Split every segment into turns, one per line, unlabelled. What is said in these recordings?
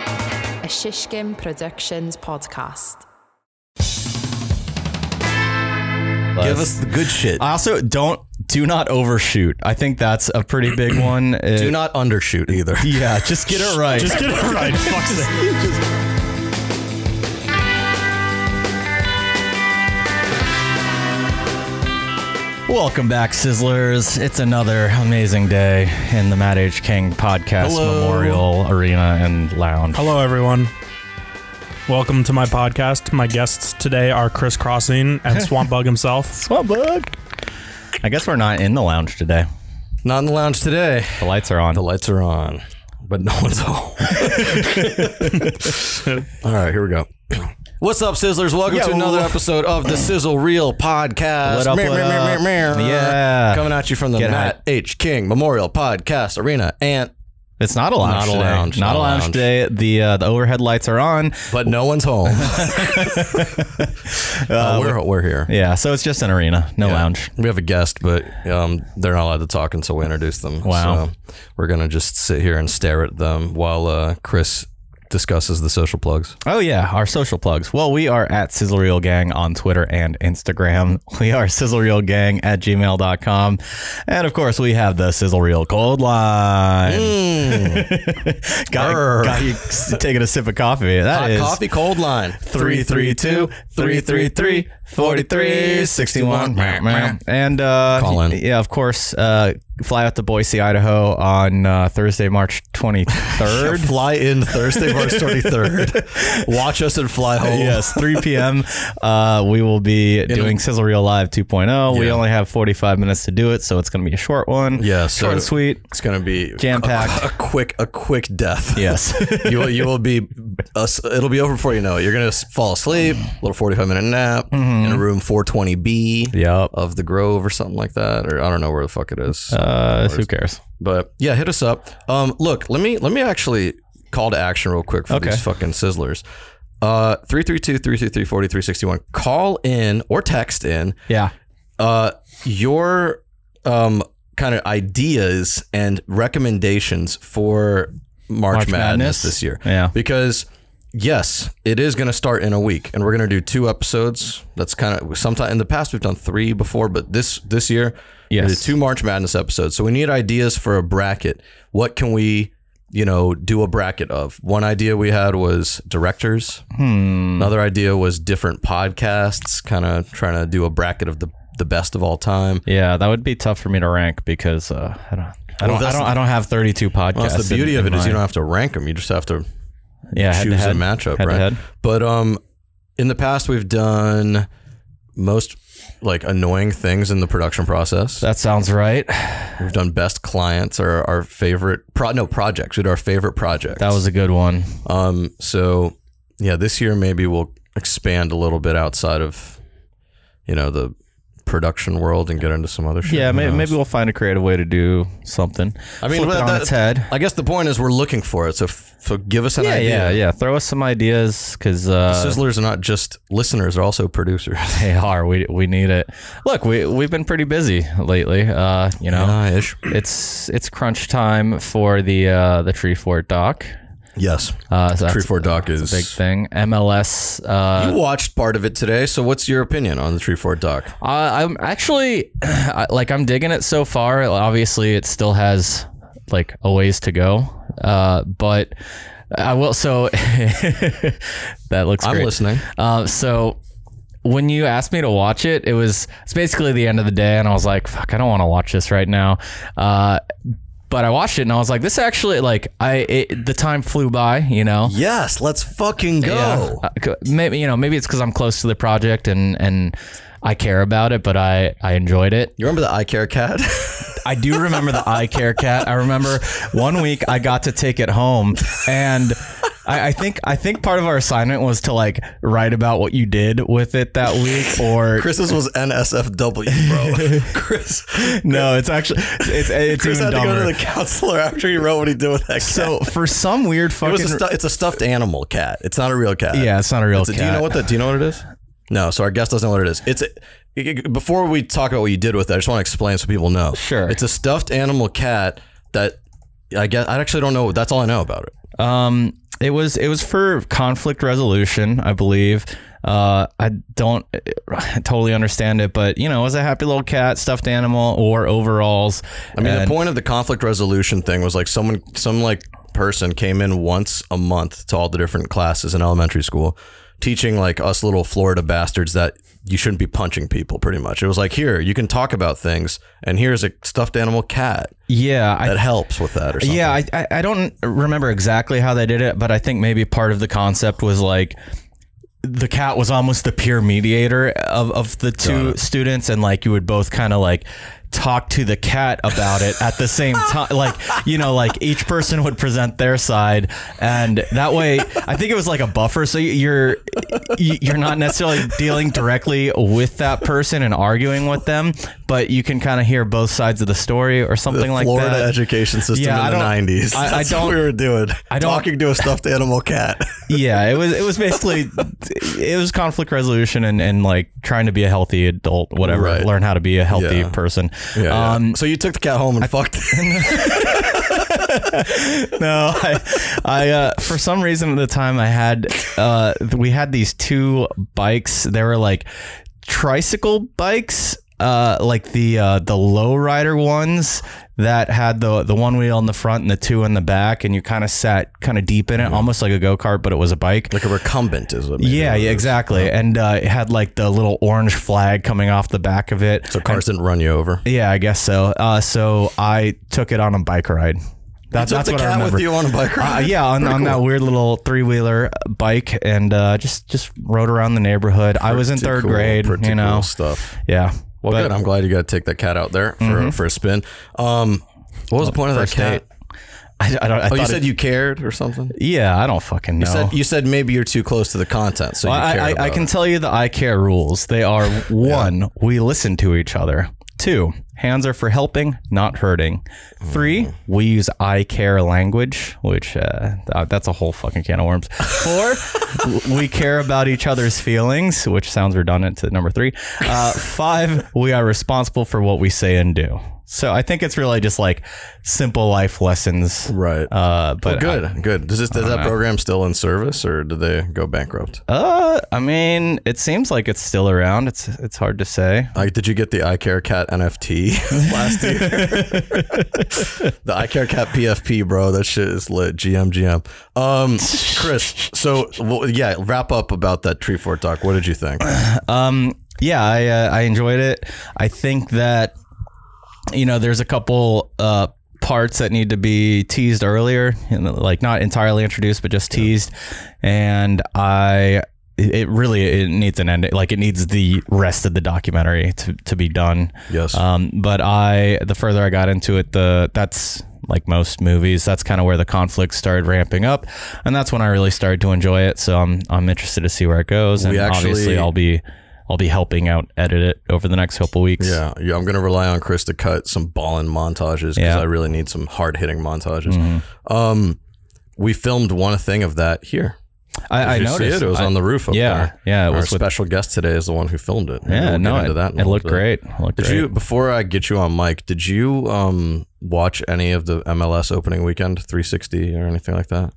a Shishkin Productions podcast.
Give us the good shit.
I also don't do not overshoot. I think that's a pretty big one.
Do
It-
not undershoot either.
Yeah, just get it right.
Just get it right. Fuck's sake.
Welcome back, Sizzlers. It's another amazing day in the Matt H. King Podcast
Hello.
Memorial Arena and Lounge.
Hello, everyone. Welcome to my podcast. My guests today are Chris Crossing and Swamp Bug himself.
Swamp bug. I guess we're not in the lounge today.
Not in the lounge today.
The lights are on.
The lights are on, but no one's home. All right, here we go. What's up, Sizzlers? Welcome to
Yo.
another episode of the Sizzle Reel Podcast.
What up,
Meow,
what
meow, meow,
up?
meow, meow.
Yeah.
Coming at you from the
Get
Matt
hype.
H. King Memorial Podcast Arena. And
It's not a
Not
lounge.
a
today.
lounge,
Not, a lounge, today. The uh, the overhead lights are on.
but no one's home. Uh, we're, we're here.
Yeah, so it's just an arena, no lounge.
We have a guest, but um, they're not allowed to talk until we introduce them.
Wow.
So we're going to just sit here and stare at them while uh, Chris discusses the social plugs.
Oh yeah, our social plugs. Well, we are at Sizzle Reel Gang on Twitter and Instagram. We are Sizzle Reel Gang at gmail.com. And of course we have the Sizzle Reel Cold Line. got,
Brr.
got you s- taking a sip of coffee. That
Mm. Hot
is
coffee, cold line.
332 333 43 61. And uh,
Call in.
yeah, of course, uh, fly out to Boise, Idaho on uh, Thursday, March 23rd.
Fly in Thursday, March 23rd. Watch us and fly home.
Yes, 3 p.m. uh, we will be doing Sizzle Reel Live 2.0. We
Yeah.
only have 45 minutes to do it, so it's going to be a short one.
Yeah, so-
short and sweet.
It's going to be
Jam-packed.
A, quick, a quick death.
Yes.
you will, you will be, us it'll be over before you know it. You're going to fall asleep, little 45 minute nap
Mm-hmm.
in a room 420B
yep.
of the Grove or something like that. Or I don't know where the fuck it is.
Uh, who cares?
But yeah, hit us up. Um, look, let me let me actually call to action real quick for
Okay.
these fucking sizzlers. Uh, 332-333-4361. Call in or text in
Yeah.
uh, your um, kind of ideas and recommendations for March,
March
Madness,
Madness?
this year.
Yeah.
Because yes, it is going to start in a week, and we're going to do two episodes. That's kind of sometime in the past we've done three before, but this this year, we're gonna
Yes.
do two March Madness episodes. So we need ideas for a bracket. What can we? You know, do a bracket of. One idea we had was directors.
Hmm.
Another idea was different podcasts, kind of trying to do a bracket of the the best of all time.
Yeah, that would be tough for me to rank because uh, I don't. I don't, I,
that's
don't, I don't have 32 podcasts.
Well, that's the beauty
in-
of
in
it is you
my-
don't have to rank them. You just have to
yeah, head to
choose
head.
a matchup,
Head to
right?
head.
But um, in the past we've done most like annoying things in the production process.
That sounds right.
We've done best clients or our favorite pro no projects. We did our favorite projects.
That was a good one.
um. So yeah, this year maybe we'll expand a little bit outside of you know the production world and get into some other shit.
Yeah,
Who
maybe,
knows?
maybe we'll find a creative way to do something.
I mean,
Flip it
but
on
that-
its head.
I guess the point is we're looking for it. So f- so give us an
Yeah,
idea.
yeah, yeah. Throw us some ideas because uh,
Sizzlers are not just listeners; they're also producers.
They are. We we need it. Look, we we've been pretty busy lately. Uh, you know,
Nice.
it's it's crunch time for the uh, the Tree Fort doc.
Yes,
Uh, so that's
Tree Fort Doc is.
a big thing. MLS. Uh,
you watched part of it today, so what's your opinion on the Tree Fort Doc?
I, I'm actually I- like I'm digging it so far. Obviously, it still has like a ways to go. Uh, but I will. So that looks.
I'm
great.
listening.
Uh, so when you asked me to watch it, it was it's basically the end of the day, and I was like, "Fuck, I don't want to watch this right now." Uh, but I watched it, and I was like, "This actually like I it, the time flew by, you know."
Yes, let's fucking go.
Uh, c- maybe you know maybe it's because I'm close to the project and and I care about it, but I I enjoyed it.
You remember the I Care Cat?
I do remember the eye care cat. I remember one week I got to take it home and I, I think I think part of our assignment was to like write about what you did with it that week or
Chris's was NSFW, bro. Chris,
no, it's actually it's it's
Chris
even
had to
dumber.
go to the counselor after he wrote what he did with that. Cat.
so for some weird
It was a
fucking
stu- it's a stuffed animal cat. It's not a real cat.
yeah, it's not a real
So
cat.
do you know what that? Do you know what it is? No, so our guest doesn't know what it is. It's a, before we talk about what you did with it, I just want to explain so people know.
Sure.
It's a stuffed animal cat that I guess I actually don't know. That's all I know about it.
Um, it was it was for conflict resolution, I believe. Uh, I don't totally understand it, but you know, it was a happy little cat, stuffed animal, or overalls.
I mean, the point of the conflict resolution thing was like someone, some like person came in once a month to all the different classes in elementary school, teaching like us little Florida bastards that you shouldn't be punching people. Pretty much, it was like here you can talk about things, and here's a stuffed animal cat
yeah, I
that helps with that or something.
Yeah, I, I, I don't remember exactly how they did it, but I think maybe part of the concept was like the cat was almost the peer mediator of, of the two students, and like you would both kind of like talk to the cat about it at the same time like you know like each person would present their side and that way i think it was like a buffer so you're you're not necessarily dealing directly with that person and arguing with them but you can kind of hear both sides of the story or something like
Florida
that
education system
Yeah, I
in the
don't-
nineties.
I- I
That's
don't-
what we were doing.
I don't-
talking to a stuffed animal cat.
yeah, it was it was basically it was conflict resolution and, and like trying to be a healthy adult, whatever.
Right.
Learn how to be a healthy
Yeah.
person.
Um, so you took the cat home and fucked. it.
No, I, I uh, for some reason at the time I had uh, we had these two bikes. They were like tricycle bikes, uh, like the uh, the low rider ones that had the the one wheel in the front and the two in the back, and you kind of sat kind of deep in it,
Mm-hmm.
almost like a go kart, but it was a bike.
like a recumbent is what. maybe
Yeah,
it
yeah,
was.
exactly. And uh, it had like the little orange flag coming off the back of it.
So cars didn't run you over.
yeah, I guess so. Uh, so I took it on a bike ride. That,
Took
that's
the
what I
cat
remember.
with you on a bike
Uh,
ride.
yeah, on, on that weird little three wheeler bike, and uh, just just rode around the neighborhood. I was in
Pretty
third
cool-
grade,
pretty
you know.
cool stuff.
Yeah. But-
Well,
Mm-hmm.
good. I'm glad you got to take that cat out there for, for a spin. Um, what was the point of that
first
cat?
date. I, I don't. I
Oh,
thought
you
it-
said you cared or something.
yeah. I don't fucking know.
You said you said maybe you're too close to the content, so you
I,
care
I, I
about
can
it.
tell you the I care rules. They are one, we listen to each other. Two, hands are for helping, not hurting.
Mm.
Three, we use I care language, which uh, th- that's a whole fucking can of worms. Four, w- we care about each other's feelings, which sounds redundant to number three. Uh, five, we are responsible for what we say and do. So I think it's really just like simple life lessons.
Right.
Uh,
Well,
but
good, good. Does this is that program still in service, or did they go bankrupt?
Uh, I mean, it seems like it's still around. It's it's hard to say.
Like, did you get the I Care Cat NFT last year? the I Care Cat PFP, bro. That shit is lit. GM, GM. Um, Chris. So, well, yeah. Wrap up about that tree fort talk. What did you think?
Yeah, I uh, I enjoyed it. I think that you know, there's a couple uh parts that need to be teased earlier, you know, like not entirely introduced, but just teased. And I it it really it needs an end. Like it needs the rest of the documentary to, to be done.
Yes.
Um, but I, the further I got into it, the that's like most movies, that's kind of where the conflict started ramping up, and that's when I really started to enjoy it. So I'm I'm interested to see where it goes, and
We actually-
obviously I'll be I'll be helping out edit it over the next couple weeks.
Yeah, yeah. I'm gonna rely on Chris to cut some balling montages because
Yeah. Mm-hmm.
I really need some hard hitting montages. Um, we filmed one thing of that here. Did
I, I
you see
noticed
it. It was
I-
on the roof. Up
yeah,
there.
yeah, it
Our
was with-
special guest today is the one who filmed it.
Yeah,
We'll
no,
get into
it,
that in a
it
little
looked
bit.
great. It looked
Did
great.
you before I get you on mic? Did you um watch any of the MLS opening weekend 360 or anything like that?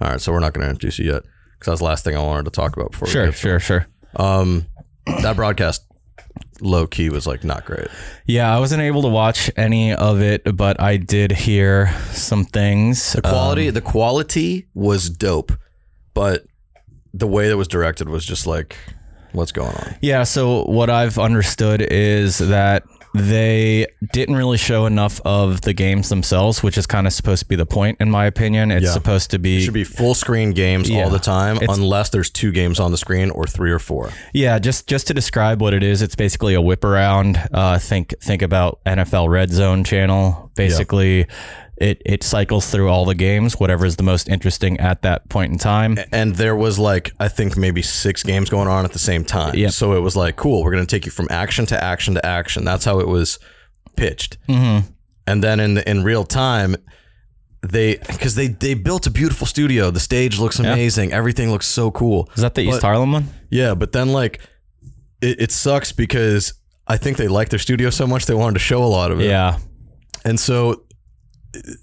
All right, so we're not going to introduce you yet because that was the last thing I wanted to talk about before. we
Sure,
get-
sure, sure.
Um, that broadcast low key was like not great.
Yeah, I wasn't able to watch any of it, but I did hear some things.
The quality,
Um,
the quality was dope, but the way that was directed was just like, what's going on?
Yeah, so what I've understood is that they didn't really show enough of the games themselves, which is kind of supposed to be the point, in my opinion. It's
Yeah.
supposed to be,
Should be full screen games
Yeah.
all the time, unless there's two games on the screen or three or four.
yeah, just just to describe what it is. It's basically a whip around. Uh, think think about NFL Red Zone channel. Basically, it it cycles through all the games, whatever is the most interesting at that point in time.
And there was like, I think maybe six games going on at the same time.
Yep.
So it was like, cool, we're going to take you from action to action to action. That's how it was pitched.
Mm-hmm.
And then in in real time, they because they they built a beautiful studio. The stage looks amazing. Everything looks so cool.
Is that the East
But-
Harlem one?
Yeah, but then like it, it sucks because I think they liked their studio so much they wanted to show a lot of it.
Yeah,
And so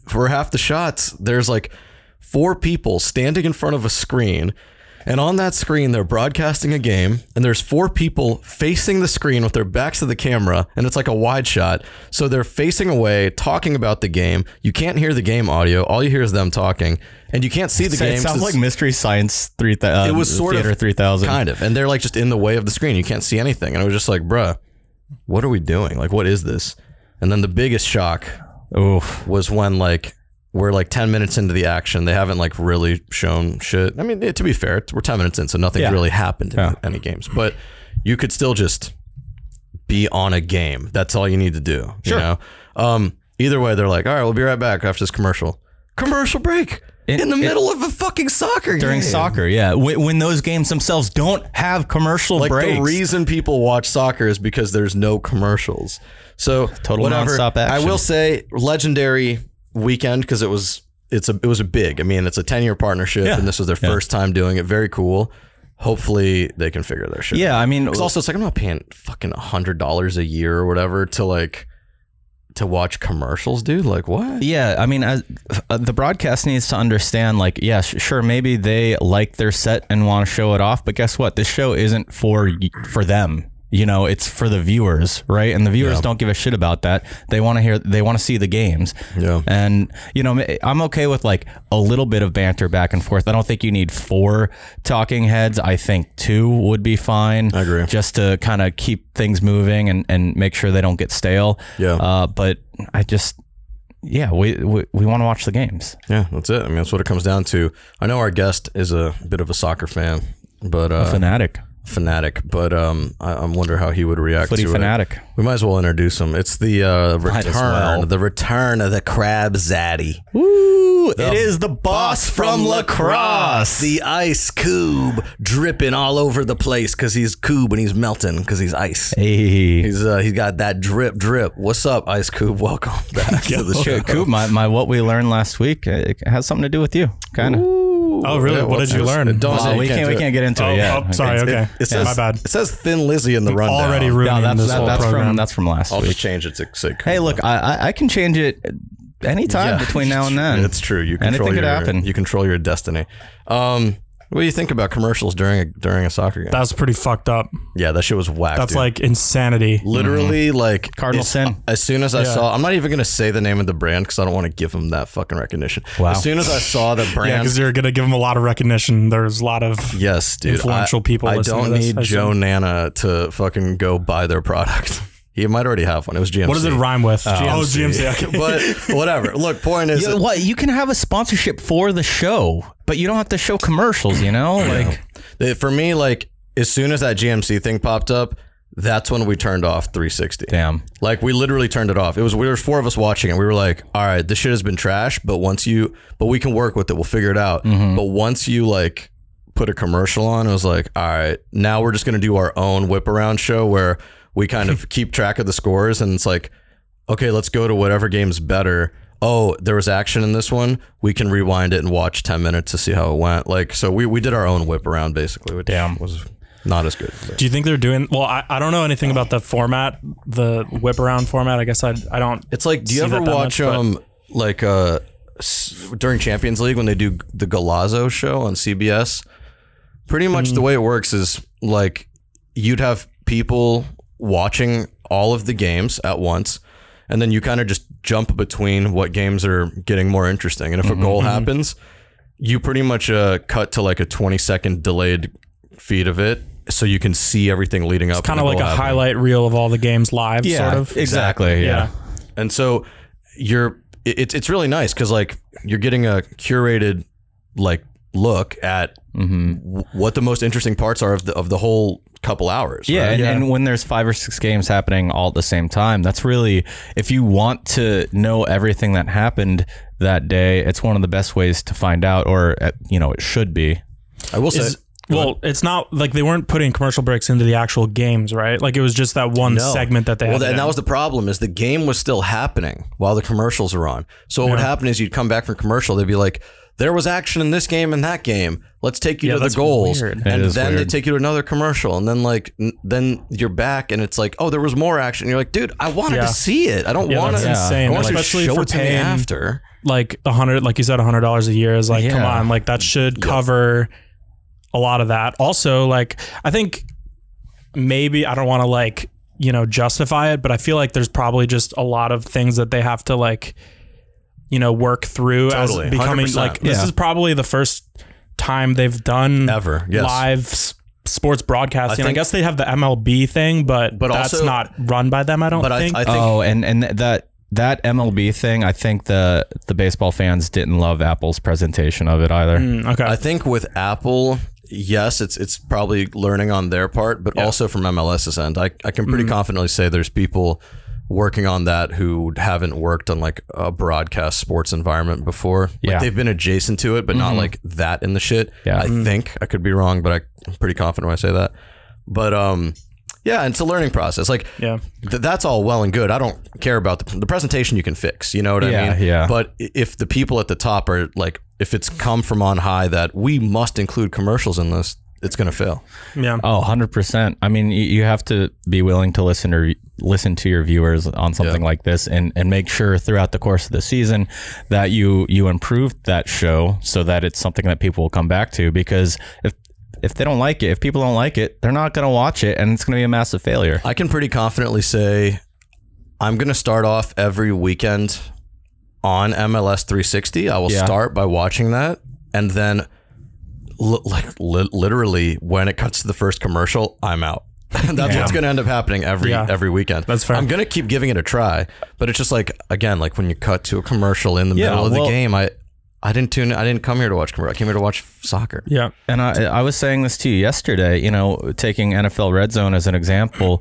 for half the shots, there's like four people standing in front of a screen. And on that screen, they're broadcasting a game, and there's four people facing the screen with their backs to the camera, and it's like a wide shot. So they're facing away, talking about the game. You can't hear the game audio. All you hear is them talking, and you can't see the game.
it
'cause
sounds
it's-
like Mystery Science three thousand.
it was sort
Theater
of
three thousand.
kind of, and they're like just in the way of the screen. You can't see anything, and I was just like, "Bruh, what are we doing? Like, what is this?" And then the biggest shock
Oof.
was when like we're like ten minutes into the action. They haven't like really shown shit. I mean, it, to be fair, it's- we're ten minutes in, so nothing's
Yeah.
really happened in any games. But you could still just be on a game. That's all you need to do. You know? Um, either way, they're like, "All right, we'll be right back after this commercial." Commercial break in, the middle of a fucking soccer
During
game.
soccer, yeah. When, when those games themselves don't have commercial
like
breaks.
the reason people watch soccer is because there's no commercials. So
Total
whatever.
nonstop action.
I will say legendary weekend because it was it's a it was a big. I mean, it's a ten year partnership, and this was their first time doing it. Very cool. Hopefully, they can figure their shit. out.
yeah, I mean,
Because also, it's like I'm not paying fucking hundred dollars a year or whatever to like to watch commercials, dude. Like what?
Yeah, I mean, as, uh, the broadcast needs to understand, like, yeah, sh- sure, maybe they like their set and want to show it off, but guess what? This show isn't for y- for them. You know, it's for the viewers, right? And the viewers don't give a shit about that. They want to hear, they want to see the games.
Yeah.
And you know, I'm okay with like a little bit of banter back and forth. I don't think you need four talking heads. I think two would be fine. I
agree.
Just to kind of keep things moving and and make sure they don't get stale.
Yeah.
Uh, but I just yeah, we we, we want to watch the games.
Yeah, that's it. I mean, that's what it comes down to. I know our guest is a bit of a soccer fan, but uh,
Fanatic,
fanatic, but um, I, I wonder how he would react
footy
to it.
fanatic.
We might as well introduce him. It's the uh,
Might as
return,
well.
the return of the crab zaddy.
Woo! It is the boss
the ice cube dripping all over the place because he's cube and he's melting because he's ice.
Hey.
He's uh, he's got that drip, drip. What's up, ice cube? Welcome back to the show.
Coop, my, my what we learned last week uh, it has something to do with you, kind of.
Oh, really?
Yeah,
what
well,
did you
it's-
learn?
it don't-
Oh,
you
we
can't
can't,
do
we
it.
can't get into
Oh,
it yet.
oh, sorry.
It's-
Okay.
It
my
says,
bad.
It says Thin Lizzy in the rundown.
Already ruining
No, that's
this
that,
whole
that's
program.
from that's from last
I'll
week.
just change it to say. Cube.
Hey, look, I, I I can change it anytime
Yeah.
between now and then.
It's true. You
anything
control your,
could happen.
You control your destiny. Um, what do you think about commercials during a during a soccer game?
That's pretty fucked up.
yeah, that shit was whack.
That's
dude.
like insanity.
literally
Mm-hmm.
like
Cardinal
as,
sin.
As soon as I saw, I'm not even gonna say the name of the brand because I don't want to give them that fucking recognition.
Wow.
As soon as I saw the
Yeah,
brand,
because you're gonna give him a lot of recognition. There's a lot of
yes, dude,
influential
I,
people
I
listen to
don't
this,
need
I
Joe
assume.
Nana to fucking go buy their product. he might already have one. It was GMC.
what does it rhyme with? Oh, GMC. Okay.
but whatever. Look, point is,
Yeah, Uh, what you can have a sponsorship for the show, but you don't have to show commercials. You know, like
It- for me, like as soon as that GMC thing popped up, that's when we turned off 360.
damn.
Like we literally turned it off. It was we were four of us watching it. We were like, all right, this shit has been trash, but once you, but we can work with it. We'll figure it out. But once you like put a commercial on, it was like, all right, now we're just gonna do our own whip around show where we kind of keep track of the scores and it's like, okay, let's go to whatever game's better. Oh, there was action in this one. We can rewind it and watch ten minutes to see how it went. Like so, we, we did our own whip around basically, which was not as good. but-
Do you think they're doing well? I, I don't know anything about the format, the whip around format. I guess I I don't.
It's like, do you
see
ever
that that
watch
much, but-
um like uh s- during Champions League when they do the Galazzo show on CBS? Pretty much
Mm.
the way it works is like you'd have people watching all of the games at once, and then you kind of just jump between what games are getting more interesting. And if
Mm-hmm,
a goal happens, you pretty much uh, cut to like a twenty second delayed feed of it, so you can see everything leading up.
kind of like a highlight reel of all the games live, sort of.
exactly. Yeah.
And so you're it, it's- it's really nice because like you're getting a curated like look at w- what the most interesting parts are of the of the whole couple hours.
Yeah,
right?
and, and when there's five or six games happening all at the same time, that's really if you want to know everything that happened that day, it's one of the best ways to find out, or uh, you know, it should be.
I will say
Is- well, it's not like they weren't putting commercial breaks into the actual games, right? Like it was just that one
no.
segment that they
Well,
had. it
and
in.
that was the problem is the game was still happening while the commercials were on. So what would happen is you'd come back from commercial, they'd be like. there was action in this game and that game. Let's take you
Yeah,
to the
that's
goals,
weird.
It
and
is
then they
weird.
take you to another commercial, and then like n- then you're back, and it's like, oh, there was more action. You're like, dude, I wanted
Yeah.
to see it. I don't
Yeah,
want
that's
to.
insane.
I want
Like,
you to
especially
show
for
it to me
paying-
after.
like a hundred, like you said, a hundred dollars a year is like, come
Yeah.
on, like that should cover a lot of that. Also, like I think maybe I don't want to like you know justify it, but I feel like there's probably just a lot of things that they have to like you know work through
Totally.
as becoming
100%.
like this
Yeah.
is probably the first time they've done
Ever, yes.
live. s- Sports broadcasting. I,
think-
guess they have the MLB thing, but,
But
that's
also-
not run by them. I don't
But I,
think.
I think
Oh, and and that that MLB thing, I think the the baseball fans didn't love Apple's presentation of it either.
Mm, okay.
I think with Apple, yes, it's it's probably learning on their part, but also from MLS's end. I, I can pretty confidently say there's people working on that who haven't worked on like a broadcast sports environment before. Like
Yeah.
they've been adjacent to it, but not like that in the shit.
Yeah.
I think I could be wrong, but I, I'm pretty confident when I say that. But um yeah, and it's a learning process. Like
yeah.
th- that's all well and good. I don't care about the, the presentation you can fix. You know what
Yeah,
I mean?
yeah.
But i- if the people at the top are like, if it's come from on high that we must include commercials in this, it's going to fail.
Yeah.
Oh, 100%. I mean, y- you have to be willing to listen or listen to your viewers on something like this and, and make sure throughout the course of the season that you you improve that show so that it's something that people will come back to because if if they don't like it, if people don't like it, they're not going to watch it and it's going to be a massive failure.
I can pretty confidently say I'm going to start off every weekend on MLS 360. I will
Yeah.
start by watching that and then li- like li- literally when it cuts to the first commercial, I'm out. That's what's going to end up happening every
Yeah.
every weekend.
That's fair.
I'm going to keep giving it a try, but it's just like again, like when you cut to a commercial in the
Yeah,
middle of
well-
the game, I I didn't tune I didn't come here to watch commercial. I came here to watch soccer.
Yeah.
And I, I was saying this to you yesterday. You know, taking NFL Red Zone as an example,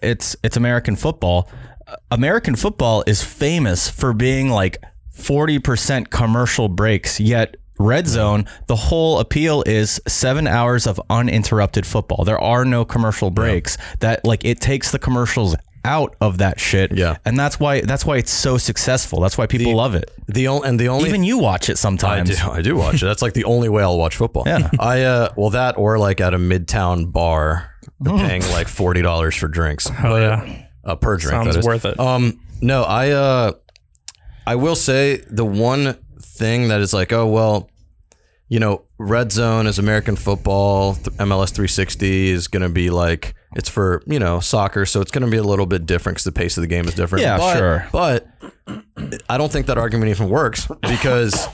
it's it's American football. Uh, American football is famous for being like forty percent commercial breaks, yet. Red zone, the whole appeal is seven hours of uninterrupted football. There are no commercial breaks. That like it takes the commercials out of that shit.
Yeah.
And that's why that's why it's so successful. That's why people love it.
The only and the only
Even you watch it
I
sometimes.
do. I do watch it. That's like the only way I'll watch football.
Yeah.
I uh, well that or like at a midtown bar, they're
Hmm.
paying like forty dollars for drinks.
Oh yeah.
uh, per drink.
Sounds
that is.
worth it.
Um, no, I uh, I will say the one thing that is like, oh well, you know, red zone is American football. Th- MLS 360 is going to be like it's for you know soccer, so it's going to be a little bit different because the pace of the game is different.
Yeah,
But-
sure.
But I don't think that argument even works because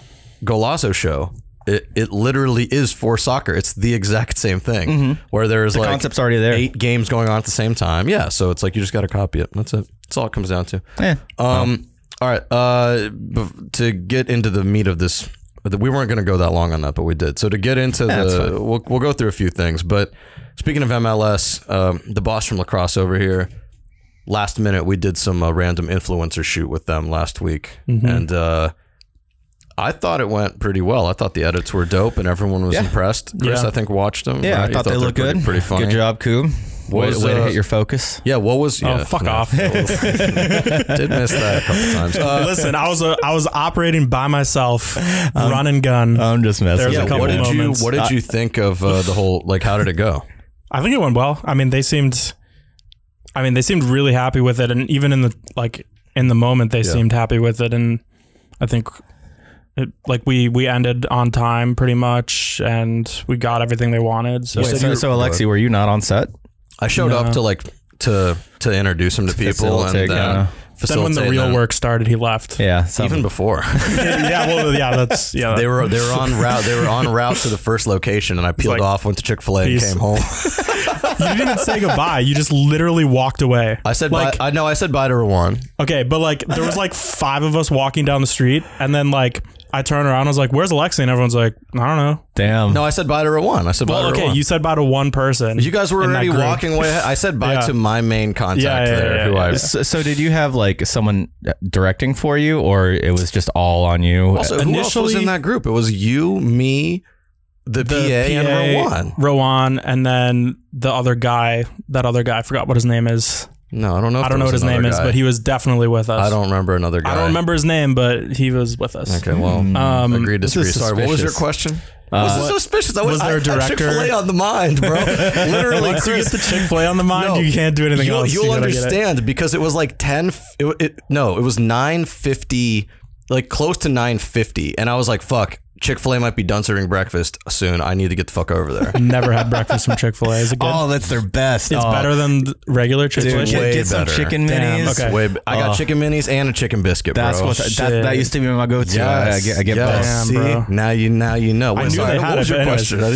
Golazo show. It, it literally is for soccer. It's the exact same thing. Where there's like
Mm-hmm. Concept's already there.
eight games going on at the same time. Yeah, so it's like you just got to copy it. That's it. That's all it comes down to.
Eh.
Um, all right. Uh, b- to get into the meat of this, we weren't going to go that long on that, but we did. So to get into
that's
the, we'll, we'll go through a few things. But speaking of MLS, um, the boss from lacrosse over here. Last minute, we did some uh, random influencer shoot with them last week,
Mm-hmm.
and uh, I thought it went pretty well. I thought the edits were dope, and everyone was impressed. Chris,
Yeah.
I think, watched them.
Yeah,
right?
I
You
thought, they
were
looked
pretty-
good.
Pretty funny.
Good job, Coom. Way,
Was,
way to
uh,
hit your focus.
Yeah, what was?
Oh
yeah,
fuck
no.
off!
Did miss that a couple times. Uh,
Listen, I was uh, I was operating by myself,
Um,
run and gun.
uh,
I'm just messing.
there's a
with
couple
what did
you.
you
moments.
What did you think of uh, the whole? Like, how did it go?
I think it went well. I mean, they seemed, I mean, they seemed really happy with it, and even in the like in the moment, they seemed happy with it, and I think. It, like we we ended on time pretty much, and we got everything they wanted. So,
Wait, so, so Alexi, were you not on set?
I showed up to like to to introduce him to people and
facilitate,
then
yeah.
then when the
facilitate
real
them.
work started, he left.
Yeah, so
even before
yeah, well, yeah, that's yeah.
they were they were on route they were on route to the first location and I peeled
like,
off went to Chick Fil A and
peace.
came home.
you didn't even say goodbye. You just literally walked away.
I said
like
bye. I know I said bye to Rowan.
Okay, but like there was like five of us walking down the street, and then like I turn around, I was like, "Where's Alexi?" And everyone's like, "I don't know."
damn.
No, I said bye to Rowan. I said
Well,
bye to
okay,
Rowan.
you said bye to one person.
You guys were
in that
already
group.
walking away. I said bye
Yeah.
to my main contact
Yeah, yeah,
there,
yeah,
who
yeah,
I
So, so did you have like someone uh, directing for you, or it was just all on you?
Also, who else was
Initially-
in that group? It was you, me, the, PA, and Rowan.
Rowan, and then the other guy. That other guy, I forgot what his name is.
No, I don't know. If
I don't know
there
what
was
his name
another
is,
guy.
but he was definitely with us.
I don't remember another guy.
I don't remember his name, but he was with us.
Okay, well,
Um,
agree,
this is
disagree. Sorry, what was your
suspicious.
question? was this suspicious? I was,
Uh, was there a director?
Chick Fil A on the mind, bro. Literally,
Once you
Chris.
get the Chick Fil A on the mind,
No.
you can't do anything
you'll,
else. You
You'll
gotta get it.
understand because it was like ten. f- It, it, no, it was nine fifty, like close to nine fifty, and I was like, "Fuck, Chick Fil A might be done serving breakfast soon. I need to get the fuck over there."
Never had breakfast from Chick Fil A. Is it good?
Oh, that's their best.
it's
Oh,
better than th- regular Chick Fil
Dude,
A.
get,
way
get some
better.
chicken minis.
Damn, okay.
Way, b- I got
Oh.
chicken minis and a chicken biscuit.
That's
bro.
what that, that
shit.
used to be my go-to. I, I get, I get
yes.
both.
Damn,
See,
bro.
now you now you know. Wait,
knew
sorry,
they
what
had
was
it,
your
but anyways.
question? I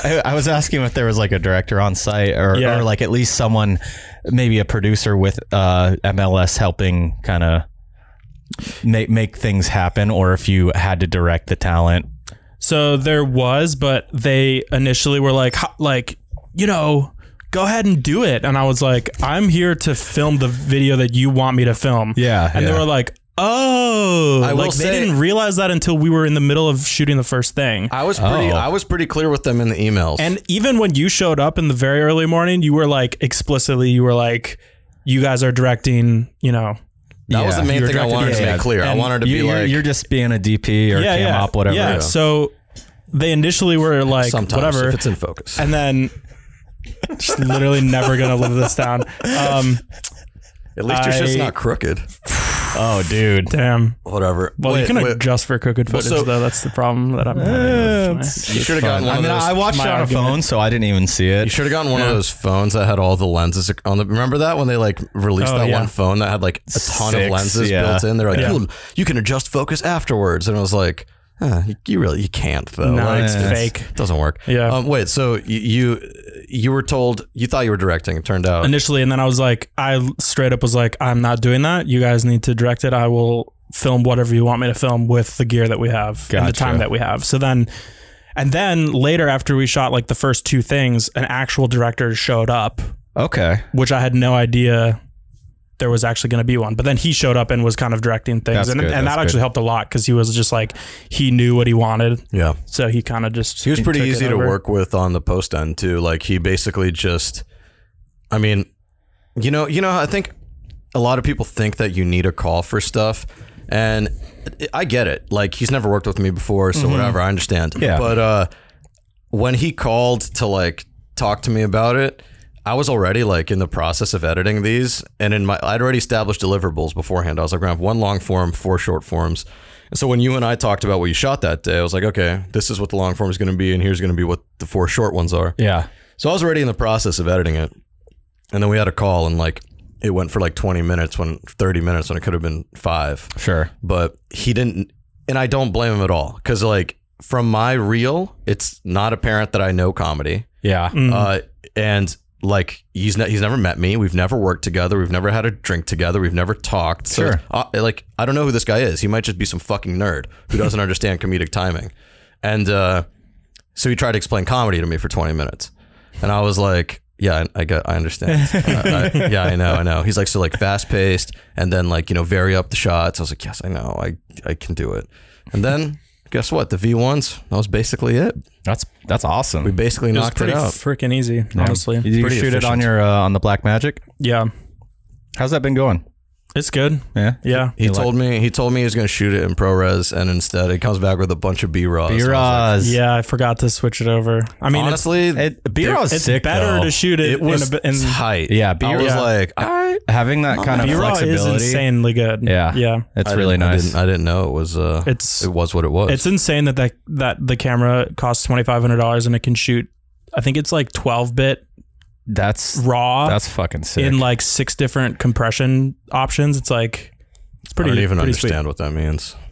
didn't-
I, I- I was asking if there was like a director on site or,
Yeah.
or like at least someone, maybe a producer with uh, MLS helping kind of make make things happen, or if you had to direct the talent.
So there was, but they initially were like, "Ha- like you know, go ahead and do it. And I was like, I'm here to film the video that you want me to film.
Yeah,
And
yeah.
they were like, oh,
I will
like
say-
they didn't realize that until we were in the middle of shooting the first thing.
I was pretty.
Oh.
I was pretty clear with them in the emails.
And even when you showed up in the very early morning, you were like explicitly, you were like, you guys are directing, you know.
that was
Yeah.
the main
You
thing I
directed-
wanted to
yeah,
make clear. I
and
wanted to
you,
be
you're,
like,
you're just being a DP or cam op, whatever.
Yeah. So they initially were like,
sometimes
whatever.
if it's in focus.
and then just literally never gonna live this down. Um,
At least your shit's
I-
not crooked.
Oh, dude.
damn.
Whatever.
Well,
Wait,
you can
wait.
adjust for crooked footage
so-
though. That's the problem that I'm having. With my-
You should have gotten one
I mean,
of those.
I watched it
my
on a
argument.
phone, so I didn't even see
you
it.
should have gotten one of those phones that had all the lenses on the. Remember that when they like released
Oh,
that
yeah.
one phone that had like a ton of
Six,
lenses
yeah.
built in? They're like,
Yeah.
you, you can adjust focus afterwards, and I was like, huh, you, you really you can't though.
No,
Like,
it's
it's-
fake.
It doesn't work.
Yeah.
Um, wait. So y- you you were told you thought you were directing. It turned out.
initially, and then I was like, I straight up was like, I'm not doing that. You guys need to direct it. I will film whatever you want me to film with the gear that we have and
Gotcha.
the time that we have. So then, and then later after we shot like the first two things, an actual director showed up
Okay.
which I had no idea there was actually going to be one. But then he showed up and was kind of directing things,
That's
and,
good,
and
that's
that actually
good.
helped a lot because he was just like he knew what he wanted,
yeah.
so he kind of just
He was pretty
took it
easy to
over.
work with on the post end too. Like he basically just, I mean, you know, you know, I think a lot of people think that you need a call for stuff, and I get it. Like he's never worked with me before,
Mm-hmm.
so whatever, I understand.
Yeah.
But uh, when he called to like talk to me about it. I was already like in the process of editing these, and in my I'd already established deliverables beforehand. I was like, we're gonna have one long form, four short forms. And so when you and I talked about what you shot that day, I was like, okay, this is what the long form is gonna be, and here's gonna be what the four short ones are.
Yeah.
So I was already in the process of editing it, and then we had a call, and like it went for like 20 minutes when 30 minutes when it could have been five
Sure.
but he didn't and I don't blame him at all because like from my reel it's not apparent that I know comedy
Yeah.
Mm-hmm.
uh, and like he's ne- he's never met me we've never worked together we've never had a drink together we've never talked so
Sure.
uh, like I don't know who this guy is he might just be some fucking nerd who doesn't understand comedic timing and uh, so he tried to explain comedy to me for 20 minutes and I was like, yeah, I, I get, I understand. I, I- yeah, I know, I know. He's like, so like fast paced, and then like you know vary up the shots. I was like, yes, I know, I I can do it. And then guess what? The V ones. That was basically it.
That's that's awesome.
We basically
It was
knocked it
pretty
out.
freaking easy, honestly.
Did you
Pretty
shoot it on
efficient.
your uh, on the Black Magic?
Yeah,
How's that been going?
it's good.
Yeah.
Yeah,
he told me he told me he was gonna shoot it in ProRes, and instead it comes back with a bunch of B raws.
B Roz.
yeah. I forgot to switch it over. I mean, it's,
Honestly, it,
It, B Roz
it's
sick
better
though.
to shoot it.
it was
in a, bit- in,
tight.
Yeah,
I
B-roll-
was
yeah.
like, all right.
Having that kind of
B-roll is
flexibility.
insanely good.
Yeah.
yeah.
It's
I
really
didn't-
nice.
I didn't, I didn't know it was. Uh,
It's-
it was what it was.
It's insane that that, that the camera costs twenty five hundred dollars and it can shoot. I think it's like twelve bit
that's
raw.
that's fucking sick.
in like six different compression options. It's like it's
I
pretty.
don't even
pretty
understand what that means.
Sweet.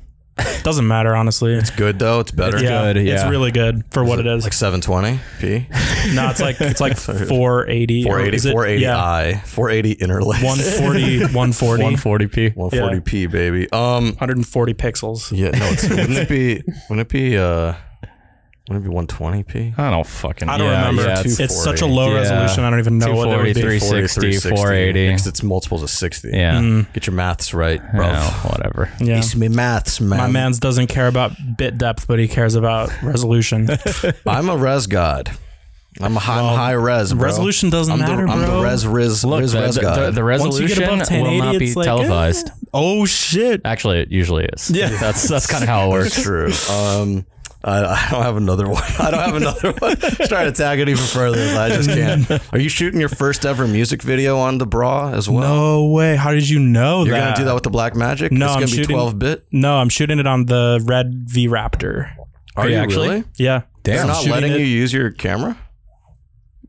Doesn't matter honestly. It's
Good though, it's better.
good,
It's
yeah.
really good for what it is.
Like 720p.
no, it's like it's like 480. or
480,
is it-
480
Yeah,
i, 480 interlace,
140, 140,
140p.
140p, baby. Um,
140 pixels.
yeah, no, it's, wouldn't it be, wouldn't it be, uh, wouldn't it be 120p?
I don't fucking.
I don't
yeah,
remember.
Yeah,
it's,
it's,
it's such a low
Yeah.
resolution. I don't even know what it would be.
243. 360, 480.
Because it's multiples of 60.
yeah.
Mm.
Get your maths right, bro.
No, whatever.
Yeah.
Teach me maths, man.
My man's doesn't care about bit depth, but he cares about resolution.
I'm a res god. I'm, high, I'm high res. Bro.
Resolution doesn't
I'm the,
matter,
I'm
bro.
the res res
Look,
res,
the,
res
the-
guy.
the- the
Once you get above
resolution will
1080,
not be
it's like, eh.
televised.
Oh shit!
Actually, it usually is.
Yeah.
that's that's kind of how it works.
That's true. Um, I, I don't have another one. I don't have another one. Just trying to tag it even further. but I just can't. Are you shooting your first ever music video on the bra as well?
No way. How did you know
You're
that?
gonna do that with the Black Magic?
No,
it's
I'm
gonna be
shooting-
12 bit.
No, I'm shooting it on the red V Raptor.
Are
you
you
actually?
really?
Yeah.
They're
I'm
not
shooting
letting
it-
you use your camera.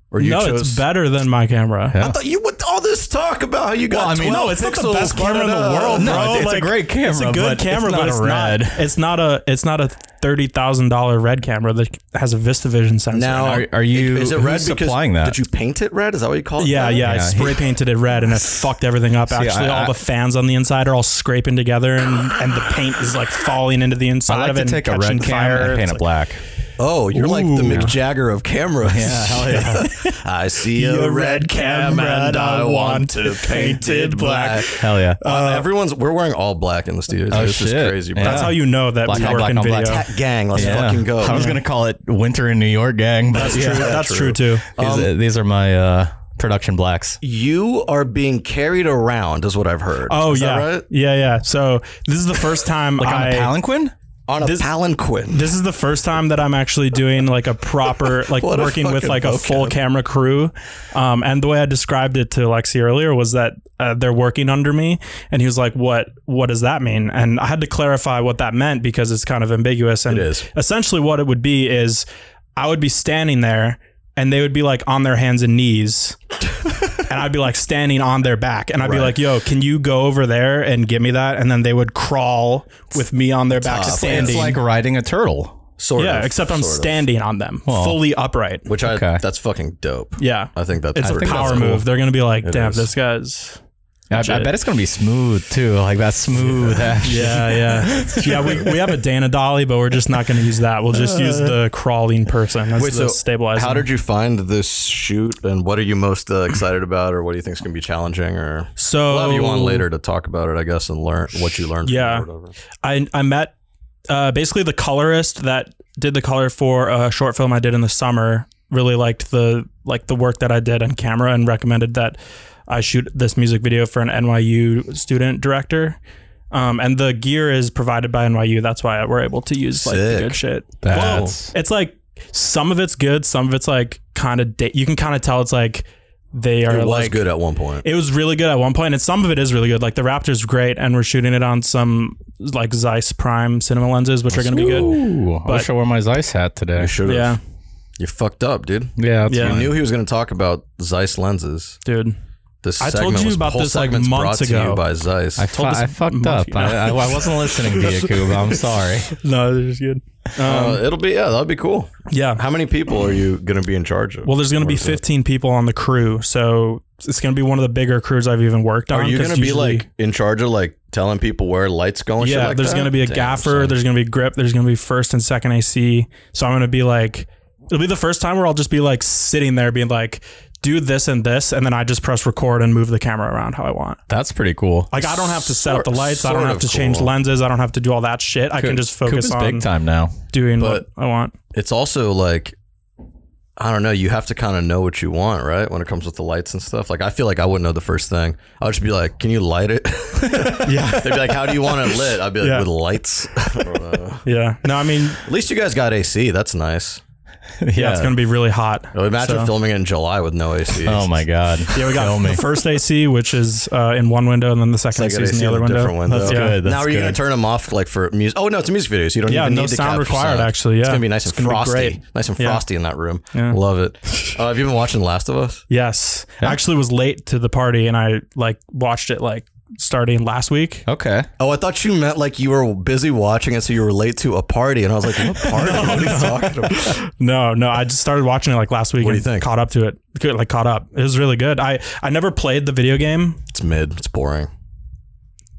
Or you
no,
chose.
it's better than my camera.
I thought you with all this talk about how you got.
Well, I mean,
12
No, it's not the
pixels,
best camera in the
da-da-da.
world,
No,
bro.
it's- it's a great
It's
camera,
a
but
good
it's
camera,
not
but
a
it's not.
red.
It's not a. It's not a thirty thousand dollar red camera that has a VistaVision sensor.
Now,
Are- are you-
Is it
who's
red because
supplying that?
Did you paint it red? Is that what you call it?
Yeah, yeah, I
Yeah, he-
spray painted it red and it fucked everything up. Actually,
I-
all
I-
the fans on the inside are all scraping together, and, and the paint is like falling into the inside
I like
of
to
it. and
take a
catching
red
fire.
camera and paint
It's
it
like- uh,
black.
Oh, you're like the
Ooh.
Mick Jagger of cameras. Yeah, hell yeah. I see a, red
Your red
cam
camera
and
and
I
I
want to
want
paint it black.
Hell yeah.
Uh, everyone's we're wearing all black in the studio.
Oh,
this is
shit.
crazy. Bro.
Yeah.
That's how you know that
Black
we
on
work
black
in
on black.
video.
Tat gang. Let's fucking go.
I was gonna call it Winter in New York, gang, but
That's true. That's true too.
These, uh, these are my uh, production blacks.
you are being carried around, is what I've heard.
Oh
Is
yeah,
that right?
yeah, yeah. So this is the first time
Like
I.
on a palanquin?
On a palanquin.
this is the first time that I'm actually doing like a proper like
What a
working with
fucking
like a full
vocab.
camera crew. Um, and the way I described it to Lexi earlier was that uh, they're working under me, and he was like, "What? What does that mean?" And I had to clarify what that meant because it's kind of ambiguous. And
It is.
essentially what it would be is I would be standing there, and they would be like on their hands and knees. and I'd be like standing on their back, and I'd be like, "Yo, can you go over there and get me that?" And then they would crawl with me on their
Ah,
back, standing.
It's like riding a turtle.
Sort
Yeah,
of.
except I'm
sort of.
standing on them, fully upright.
Which I
Okay.
that's fucking dope.
Yeah,
I think that's
it's a
pretty
power
cool.
move. They're gonna be like, "Damn,
is.
this guy's."
I, I bet it's gonna be smooth too. Like that smooth action.
Yeah, yeah, yeah. We, we have a Dana Dolly, but we're just not gonna use that. We'll just use the crawling person. That's
Wait,
the
so
stabilizer.
How did you find this shoot, and what are you most uh, excited about, or what do you think is going to be challenging, or
so
we'll have you on later to talk about it, I guess, and learn what you learned.
Yeah.
from it or whatever.
I I met uh, basically the colorist that did the color for a short film I did in the summer. Really liked the like the work that I did on camera and recommended that I shoot this music video for an NYU student director. Um, and the gear is provided by NYU. That's why we're able to use like the
Sick.
good shit.
That's-
Well, it's like some of it's good, some of it's like kind of da- you can kind of tell it's like they are
it was
like
good at one point.
it was really good at one point, and some of it is really good. Like the Raptor's great, and we're shooting it on some like Zeiss Prime cinema lenses, which are going to be good.
Ooh, I wish I wore my Zeiss hat today.
you should have.
Yeah,
You fucked up, dude.
Yeah, that's
Yeah.
I knew he was going to talk about Zeiss lenses.
dude.
This
I told
segment
you
was,
about
whole
this, like,
segment's
months
brought to you
ago.
by Zeiss.
I,
I,
fu- I fucked up.
monkey-
I, I, I wasn't listening to you, Kuba. I'm sorry.
No, it's good.
uh, it'll be yeah, that'll be cool.
Yeah.
How many people are you going to be in charge of?
Well, there's going to be 15 people on the crew, so it's going to be one of the bigger crews I've even worked on.
Are you
'cause
going to be
usually-
like in charge of like telling people where lights go and shit
Yeah,
like
there's
that?
going to be a
Damn,
gaffer.
son.
There's going to be grip. There's going to be first and second AC. So I'm going to be like, it'll be the first time where I'll just be like sitting there, being like, do this and this, and then I just press record and move the camera around how I want.
That's pretty cool.
Like I don't have to set up
Sort-
the lights. I don't
sort
have
of
to change
cool.
lenses. I don't have to do all that shit. I can just focus
Kuba's
on
big time now.
doing what I want.
it's also like I don't know, you have to kind of know what you want, right? When it comes with the lights and stuff. Like I feel like I wouldn't know the first thing. I would just be like, "Can you light it?"
Yeah,
They'd be like, "How do you want it lit?" I'd be like,
Yeah.
"With lights." I don't know.
yeah. No, I mean,
At least you guys got AC. That's nice.
yeah,
yeah, it's gonna be really hot.
Oh, Imagine filming it in July with no AC.
Oh my god.
Yeah, we got the first AC, which is uh, in one window, and then the second
It's
AC
like an
is in
AC
the other
in a
window.
different window.
That's
That's
good.
good. That's
now are you
good.
gonna turn them off like for music? Oh no, it's a music video, so you don't
Yeah,
even
no
need to
sound
capture
required,
sound.
actually,
it's
yeah.
gonna be nice
It's
and
gonna be
frosty,
great.
nice and
Yeah.
frosty in that room. Love it. Uh, have you been watching Last of Us?
Yes, I actually was late to the party, and I like watched it like starting last week.
Okay.
Oh, I thought you meant like you were busy watching it, so you were late to a party, and I was like, "What party? what are you talking about?"
No, no, I just started watching it like last week.
What do you
and
think?
Caught up to it. Good, Like caught up. It was really good. I I never played the video game.
It's mid. It's boring.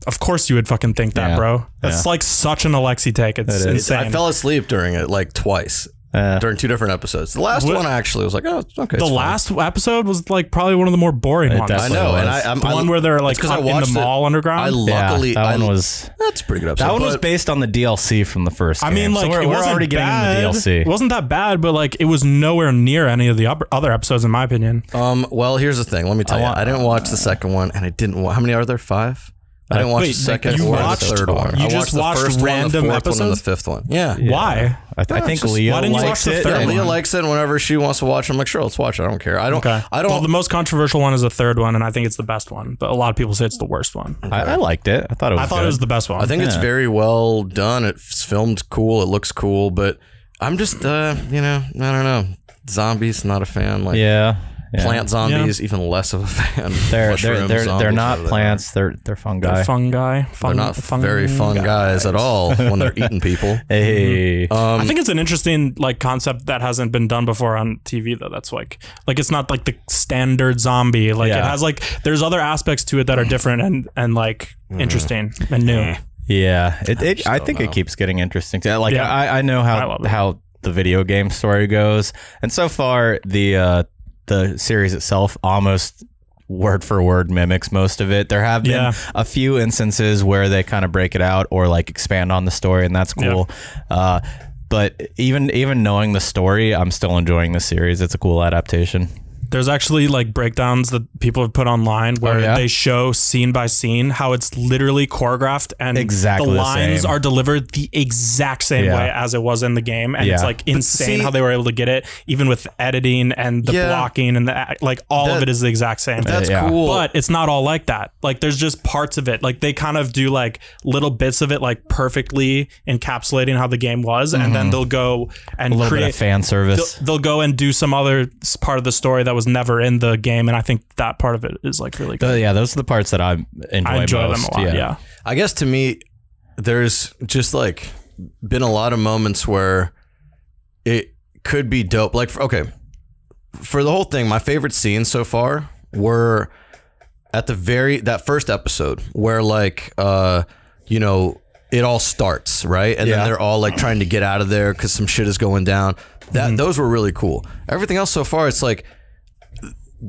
Of course, you would fucking think that,
Yeah.
bro. That's like such an Alexi take. It's
That is.
insane.
I fell asleep during it like twice.
Uh,
during two different episodes. The last
What-
one actually was like, oh, it's okay.
the
it's fine.
last episode was like probably one of the more boring
It
ones.
I
definitely-
know, and I,
was.
I'm
The
I-
one where they're, like,
it's 'cause
caught in the
it.
mall underground?
I
yeah,
luckily
that one
I-
was
that's a pretty good episode.
that one was
but-
based on the DLC from the first.
I
game,
mean,
so
like
we're,
it
we're
wasn't
already
bad.
getting the DLC.
It wasn't that bad, but like it was nowhere near any of the upper- other episodes, in my opinion.
Um. Well, here's the thing. Let me tell you. I didn't watch the second one, and I didn't. Wa- how many are there? Five. I didn't watch
Uh, wait,
the second
you
or
watched-
the third one.
you
I
just watched
the first
random
one, the fourth one, and
episodes?
the fifth one. Yeah.
Why?
I, th- I think
just-
Leo
why didn't you
likes
watch the
it.
third
Yeah,
and-
one?
Leah likes it, and whenever she wants to watch it, I'm like, sure, let's watch it. I don't care. I don't.
Okay.
I don't.
Well, the most controversial one is the third one, and I think it's the best one. But a lot of people say it's the worst one.
I, I liked it. I thought it was.
I thought
good.
it was the best one.
I think it's very well done. It's filmed cool. It looks cool, but I'm just, uh, you know, I don't know. Zombies, not a fan. Like
Yeah. yeah.
plant zombies, even less of a fan.
They're
Mushroom
they're they're, they're
zombies,
not
whatever they are.
plants. They're they're fungi.
They're fungi. Fun,
They're not very fun guys at all when they're eating people.
hey.
I think it's an interesting like concept that hasn't been done before on TV though. That's like like it's not like the standard zombie. Like it
Yeah.
has like there's other aspects to it that are different and and like interesting and new.
Hmm. Yeah, it. it I think it keeps getting interesting. Yeah, Like
Yeah.
I, I know
I
how
love it.
how the video game story goes, and so far the uh, the series itself almost word for word mimics most of it. There have been
Yeah.
a few instances where they kind of break it out or like expand on the story, and that's cool. Uh, but even even knowing the story, I'm still enjoying the series. It's a cool adaptation.
There's actually like breakdowns that people have put online where
Oh, yeah?
they show scene by scene how it's literally choreographed and
Exactly
the
the
lines
same.
are delivered the exact same
Yeah.
way as it was in the game. And it's
Yeah.
like insane
see-
how they were able to get it, even with editing and the
Yeah.
blocking and the act- like all of
That-
it is the exact same.
That's
Yeah.
cool.
but it's not all like that. Like there's just parts of it. Like they kind of do like little bits of it, like perfectly encapsulating how the game was, and then they'll go and
A little bit
create.
of fan service.
they'll, they'll go and do some other s- part of the story that was never in the game, and I think that part of it is like really good.
Uh, yeah, those are the parts that I enjoy,
I enjoy
most.
them a lot. Yeah.
I guess to me, there's just like been a lot of moments where it could be dope. Like, for, okay, for the whole thing, my favorite scenes so far were at the very that first episode where like uh you know it all starts right and then they're all like trying to get out of there because some shit is going down that those were really cool everything else so far it's like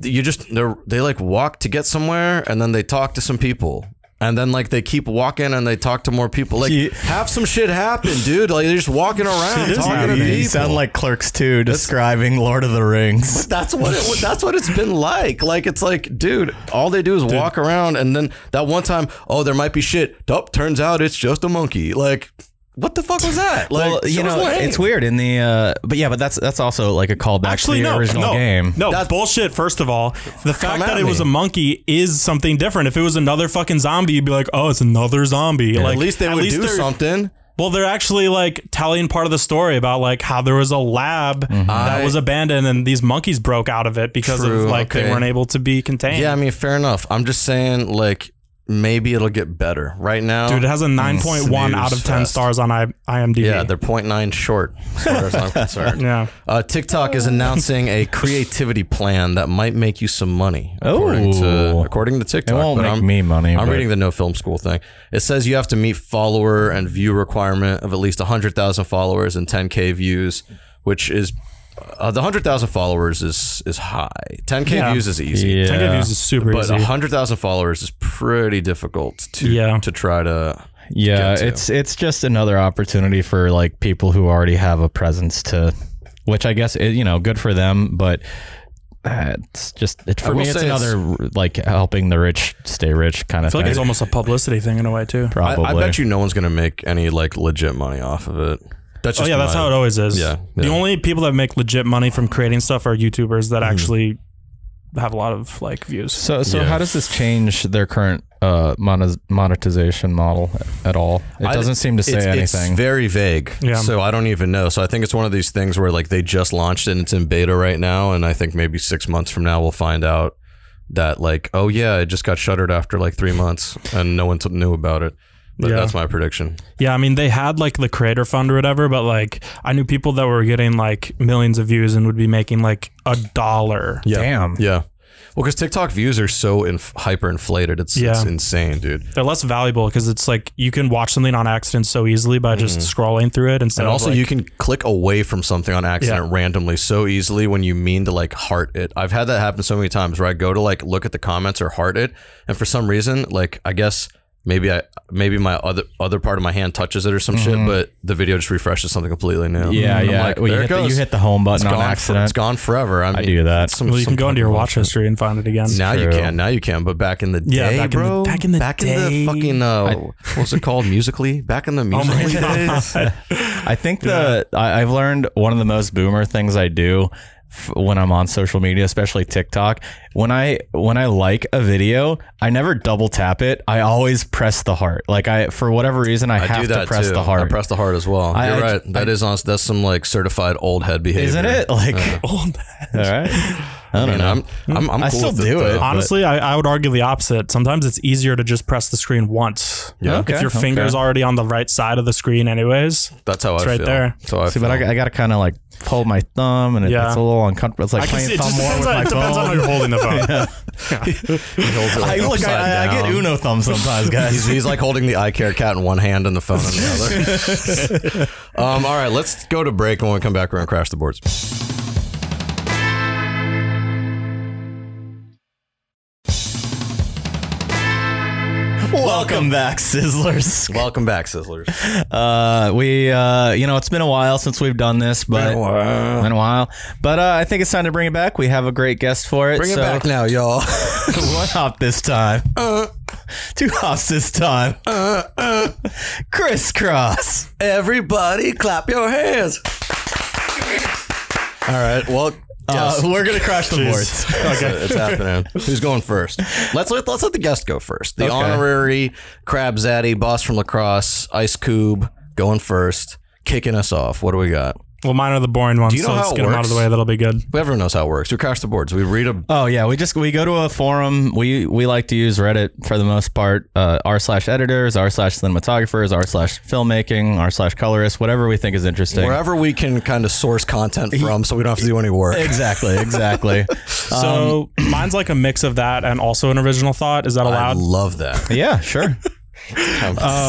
you just they they like walk to get somewhere and then they talk to some people and then like they keep walking and they talk to more people like
You-
have some shit happen dude like they're just walking around talking to
You
people
sound like Clerks 2 describing Lord of the Rings.
that's what it, that's what it's been like. Like it's like, dude, all they do is walk around, and then that one time, oh, there might be shit. Oh, turns out it's just a monkey. Like, what the fuck was that? Like,
Well, you
show us
know,
the game.
it's weird in the, uh, but yeah, but that's that's also like a callback
Actually,
to the
no,
original
no,
game.
no
That's-
bullshit. First of all, the fact
at
that it was
me.
a monkey is something different. If it was another fucking zombie, you'd be like, "Oh, it's another zombie." Like
At least they would do
they're-
something.
Well, they're actually like telling part of the story about like how there was a lab that
Mm-hmm. I-
was abandoned and these monkeys broke out of it because
True,
of like they
okay.
weren't able to be contained.
Yeah, I mean, fair enough. I'm just saying, like, maybe it'll get better. Right now,
dude, it has a 9.1 out of
snooze
10
fest.
stars on I- IMDb.
mm, yeah, they're 0.9 short, as far as I'm concerned.
yeah.
Uh, TikTok is announcing a creativity plan that might make you some money. According to
Oh.
according to TikTok,
won't
but
make
I'm,
me money,
I'm
but-
reading the No Film School thing. It says you have to meet follower and view requirement of at least hundred thousand followers and 10k views, which is uh, the hundred thousand followers is is high. 10k
Yeah.
views is easy.
Yeah.
10 views is super
But
easy.
hundred thousand followers is pretty difficult to
Yeah.
to try to.
Yeah,
to.
it's it's just another opportunity for like people who already have a presence to, which I guess it, you know, good for them, but. Uh, it's just it, for
will
me. It's
say it's-
another like helping the rich stay rich kind of
I feel
thing.
like it's almost a publicity thing in a way too.
I,
probably.
I bet you no one's gonna make any like legit money off of it. That's
Oh
just
yeah, that's
my-
how it always is.
Yeah,
The
yeah.
only people that make legit money from creating stuff are YouTubers
Mm-hmm.
that actually have a lot of like views.
So so how does this change their current uh mono- monetization model at all? It
I-
doesn't seem to say
it's,
anything.
It's very vague.
Yeah.
So I don't even know. So I think it's one of these things where like they just launched it and it's in beta right now, and I think maybe six months from now we'll find out that like, oh yeah, it just got shuttered after like three months and no one t- knew about it. But
Yeah.
that's my prediction.
Yeah, I mean they had like the creator fund or whatever, but like I knew people that were getting like millions of views and would be making like a dollar.
Yeah.
Damn.
Yeah. Well, because TikTok views are so inf- hyperinflated, it's, it's
Yeah.
insane, dude.
They're less valuable because it's like you can watch something on accident so easily by just scrolling through it instead
Mm-hmm. And also,
of like,
you can click away from something on accident
Yeah.
randomly so easily when you mean to like heart it. I've had that happen so many times where I go to like look at the comments or heart it, and for some reason, like I guess maybe I maybe my other other part of my hand touches it or some shit, but the video just refreshes something completely new.
Yeah,
I'm
yeah.
like,
Well, you,
there it
hit the,
goes.
you hit the home
It's
button on
gone. for-
accident.
it's gone forever. I, mean,
do that.
it's some-
well, you
some
can go into
fucking
your watch
bullshit.
history and find it again.
Now you
True.
can. Now you can. But back in the
Yeah,
day,
back in the-
bro.
back in the day.
fucking uh, what was it called? Musically. Back in the musically days.
I think the I, I've learned one of the most boomer things I do f- when I'm on social media, especially TikTok. When I when I like a video, I never double tap it. I always press the heart. Like I for whatever reason, I, have to press
too.
the heart.
I press the heart as well.
I-
You're
I-
right. That is honest. That's some like certified old head behavior,
Isn't it like
Old.
all right?
I don't know. I'm, I'm, I'm
I
cool
still
with
do
though.
it. But-
Honestly, I, I would argue the opposite. Sometimes it's easier to just press the screen once.
Yeah.
if your finger's already on the right side of the screen, anyways.
That's how I
right
feel.
there.
So I
See,
feel.
but I, I gotta kind of like hold my thumb, and it,
Yeah.
it's a little uncomfortable. It's like playing thumb war with my
it depends on how
phone.
you're holding the phone.
he holds it,
I,
like,
look,
upside
I, I get
down.
Uno thumb sometimes, guys.
He's, he's like holding the eye care cat in one hand and the phone in the other. um, all right, let's go to break, and when we come back, we're gonna crash the boards.
Welcome back, Sizzlers.
Welcome back, Sizzlers.
Uh, we, uh, you know, it's been a while since we've done this, but
Been a while.
Been a while. But uh, I think it's time to bring it back. We have a great guest for it.
Bring
so
it back Uh. now, y'all.
One hop this time. Two hops this time.
Uh,
Crisscross.
Everybody, clap your hands. All right. Well. yes.
Uh, we're gonna crash the boards.
Okay. It's happening. Who's going first? Let's let, let's let the guest go first. The honorary Crab Zaddy, boss from lacrosse, Ice Cube, going first, kicking us off. What do we got?
Well, mine are the boring ones,
you know
so
how
let's
it
get them out of the
works?
way. That'll be good.
Everyone knows how it works. We crash the boards. We read a
Oh yeah, we just we go to a forum. We we like to use Reddit for the most part. Uh, r slash editors, r slash cinematographers, r slash filmmaking, r slash colorists, whatever we think is interesting.
wherever we can kind of source content from, so we don't have to do any work.
Exactly, exactly.
So
Um,
mine's like a mix of that and also an original thought. Is that
I
allowed?
love that.
yeah, sure.
Uh,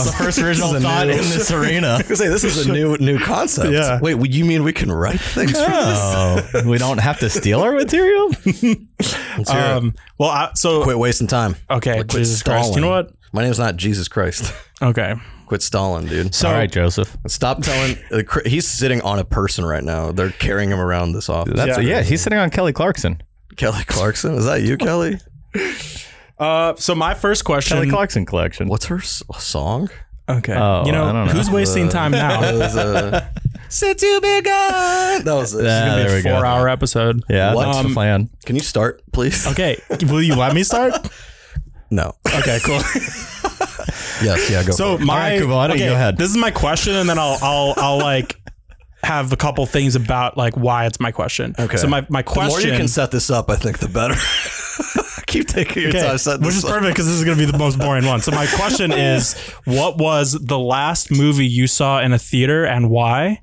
It's the first original thought in this arena.
say this is a new new concept.
Yeah.
Wait, would you mean we can write things?
Oh, we don't have to steal our material.
um, well, I, so
Quit wasting time.
okay,
Quit
Jesus Christ. You know
stalling.
what?
My name's not Jesus Christ.
Okay,
Quit stalling, dude.
so
All right, Joseph.
Stop telling. uh, cr- he's sitting on a person right now. They're carrying him around this office.
That's yeah.
Yeah.
he's sitting on Kelly Clarkson.
Kelly Clarkson. Is that you, Kelly?
uh, so my first question.
Kelly Clarkson collection.
What's her s- song?
Okay,
Oh, I
you know,
don't know.
who's wasting time
It
now?
was, uh, Set to be gone. That was it.
Yeah, Ah, there we go.
Four-hour episode.
Yeah,
What?
what's the
Um,
plan?
Can you start, please?
Okay, will you let me start?
No.
Okay, cool.
yes. Yeah. Go.
So
for it.
my
right, Kubo, why don't you go ahead?
This is my question, and then I'll I'll I'll like have a couple things about like why it's my question. Okay. So my my
the
question.
more you can set this up, I think the better. Keep taking your
Okay,
time setting
which
this
is
up.
perfect because this is going to be the most boring one. So my question is, what was the last movie you saw in a theater and why?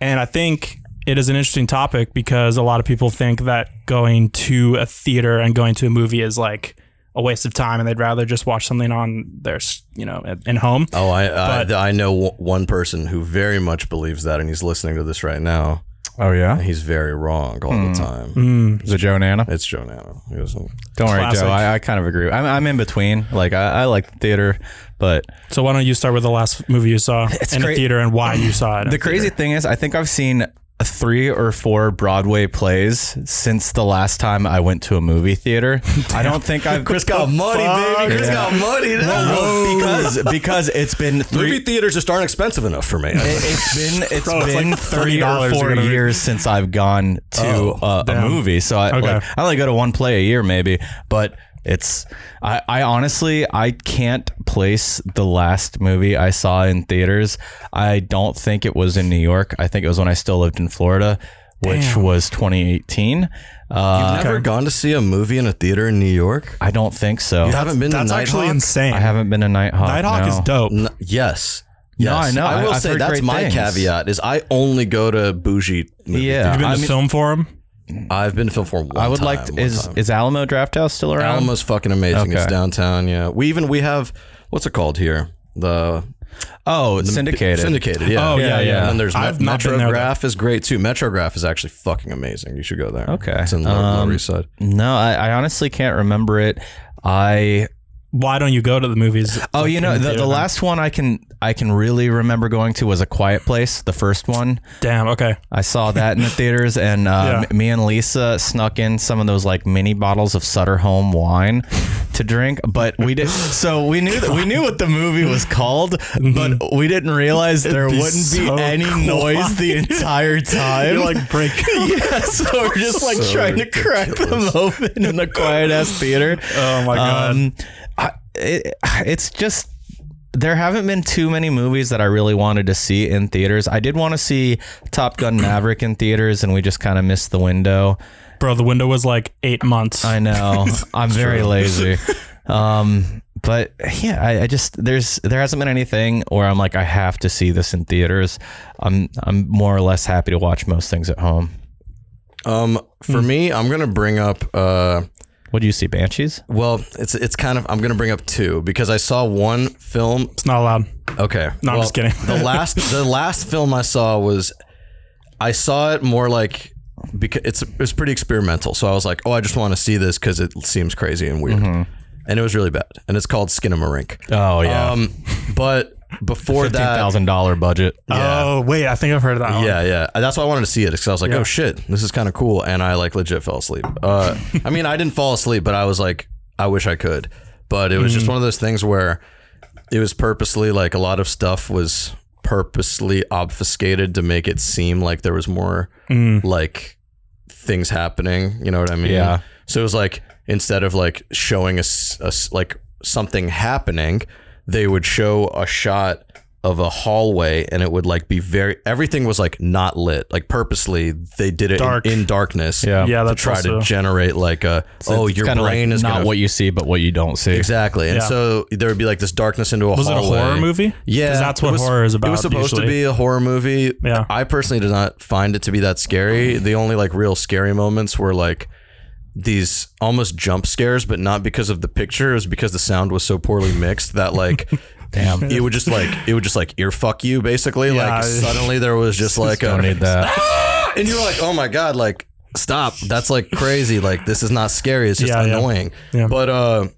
And I think it is an interesting topic because a lot of people think that going to a theater and going to a movie is like a waste of time, and they'd rather just watch something on their, s- you know, at- in home.
Oh, I I, I know w- one person who very much believes that, and he's listening to this right now.
Oh yeah,
He's very wrong all the time.
is it Joe and Anna?
It's Joe Nano. He doesn't-
Don't worry,
Classic.
Joe. I, I kind of agree. I'm, I'm in between. Like I, I like the theater, but
So why don't you start with the last movie you saw in
cra-
a theater and why you saw it? in
the
a theater?
crazy thing is, I think I've seen three or four Broadway plays since the last time I went to a movie theater. I don't think I've
Chris got money, baby. Chris
Yeah.
got money. now.
Well, because because it's been three.
Movie theaters just aren't expensive enough for me.
It- It's been it's
it's
been
like
three or
$30
four
you're gonna be-
years since I've gone to uh, a movie. So I
Oh, Okay.
like, I only go to one play a year, maybe. But it's I, I honestly I can't place the last movie I saw in theaters. I don't think it was in New York. I think it was when I still lived in Florida, which was 2018. Uh,
I've never gone to see a movie in a theater in New York.
I don't think so.
You haven't been
That's
to
actually
Nighthawk?
insane.
I haven't been a Nighthawk.
Nighthawk
no.
is dope.
N- yes. Yes.
I know.
I will
I- I've
say
heard
that's
great
my
things.
caveat is I only go to bougie movies.
Yeah,
You've been
I
to
mean-
Film Forum.
I've been to Film Forum. One
I would
time,
like
one
to, is
time.
is Alamo Draft House still around?
Alamo's fucking amazing. It's
Okay.
downtown. Yeah, we even we have what's it called here the
Oh, it's syndicated.
syndicated. Yeah,
Oh, yeah, yeah.
And then there's
I've
Met-
not been there,
Metrograph is great too. Metrograph is actually fucking amazing. You should go there.
Okay. Um,
it's in Lower, Lower East Side.
No, I, I honestly can't remember it. I
Why don't you go to the movies?
oh,
like,
you
in
know the,
theater?
the last one I can I can really remember going to was A Quiet Place, the first one.
Damn. Okay.
I saw that in the theaters, and uh,
Yeah.
m- me and Lisa snuck in some of those like mini bottles of Sutter Home wine to drink. But we did, so we knew that we knew what the movie was called, but we didn't realize there
Mm-hmm. be
wouldn't
so
be any noise the entire time.
You're like break.
yeah, so we're just like
So
trying to crack them open in the quiet ass theater.
Oh my god.
Um, I, it, it's just there haven't been too many movies that I really wanted to see in theaters. I did want to see Top Gun Maverick in theaters, and we just kind of missed the window.
Bro, the window was like eight months.
I know I'm very lazy, um, but yeah, I, I just there's there hasn't been anything where I'm like I have to see this in theaters. I'm I'm more or less happy to watch most things at home.
Um,
hmm.
for me, I'm gonna bring up. Uh,
What do you see, Banshees?
well, it's it's kind of I'm gonna bring up two because I saw one film
it's not allowed.
Okay.
No, I'm just kidding.
the last the last film I saw was I saw it more like because it's it's pretty experimental. So I was like, oh, I just want to see this because it seems crazy and weird,
Mm-hmm.
and it was really bad. And it's called Skinamarink.
Oh yeah,
Um, but before
fifteen
that,
thousand dollar budget.
Oh wait, I think I've heard of that. one.
yeah, yeah, that's why I wanted to see it because I was like, oh shit, this is kind of cool, and I like legit fell asleep. Uh, I mean, I didn't fall asleep, but I was like, I wish I could, but it was just one of those things where it was purposely like a lot of stuff was purposely obfuscated to make it seem like there was more like things happening. You know what I mean?
Yeah.
So it was like instead of like showing us like something happening, they would show a shot of a hallway and it would like be very everything was like not lit like purposely they did it
Dark.
In, in darkness
Yeah.
Yeah,
to
that's
try to
also-
generate like a oh
It's
your
kinda like
brain is
not
gonna
what you see, but what you don't see.
exactly and
Yeah.
so there would be like this darkness into a
Was it a
hallway
horror movie?
yeah,
'Cause that's
it
what
was-
horror is about.
It was supposed to be a horror movie.
Yeah. Mm.
I personally did not find it to be that scary. The only like real scary moments were like these almost jump scares, but not because of the picture. It was because the sound was so poorly mixed that like. Damn. It would just like it would just like ear fuck you basically.
Yeah.
Like suddenly there was just like
Don't
a
need that.
and you're like, oh my god, like stop. That's like crazy. Like this is not scary. It's just
Yeah, yeah.
annoying.
Yeah.
But uh,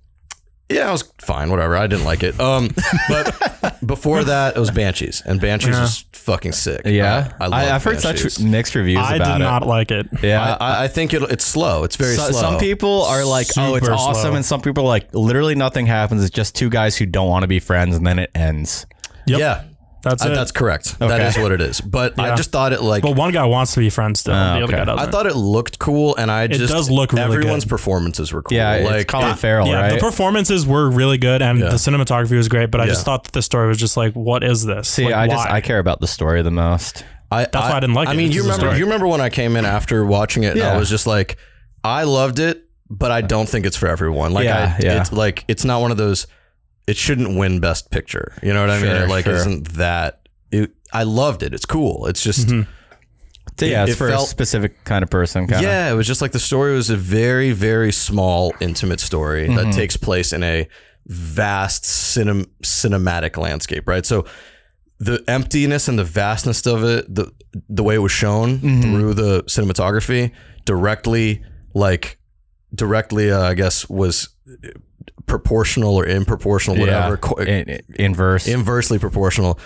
yeah, I was fine. Whatever. I didn't like it. Um, but before that, it was Banshees, and Banshees was fucking sick.
Yeah,
I, I love
I, have heard
Banshees.
such mixed reviews
I
about
did
it.
not like it.
yeah,
I, I- I think it, it's slow. It's very
So-
slow.
some people are like, "Oh, it's
Super
awesome,"
slow.
and some people are like, "Literally nothing happens. It's just two guys who don't want to be friends, and then it ends."
Yep.
yeah,
That's
I-
it.
that's correct. That is what it is. But I
Yeah.
just thought it like
but one guy wants to be friends still. the other
okay.
guy doesn't.
Ah, I thought it looked cool, and I just
does look really
everyone's
good.
performances were cool.
Yeah, it's
like
Colin Farrell,
yeah,
right?
the performances were really good and the cinematography was great, but I just
Yeah.
thought that the story was just like, what is this?
See,
Like,
I just
why?
I care about the story the most.
I,
That's why I didn't like
I
it.
mean,
It's
you
just a
remember
story.
you remember when I came in after watching it, and
Yeah.
I was just like, I loved it, but I don't think it's for everyone. Like,
Yeah,
I,
yeah.
it's like it's not one of those. It shouldn't win Best Picture. You know what I mean?
Sure,
It, like,
sure.
isn't that? It, I loved it. It's cool. It's just
Mm-hmm.
So, yeah, it's
it
for
felt-
a specific kind of person. Kinda.
yeah. It was just like the story was a very very small intimate story that takes place in a vast cinem- cinematic landscape, right? So the emptiness and the vastness of it, the the way it was shown through the cinematography, directly like directly, uh, I guess was proportional or improportional, whatever, co-
In, in- inverse.
inversely proportional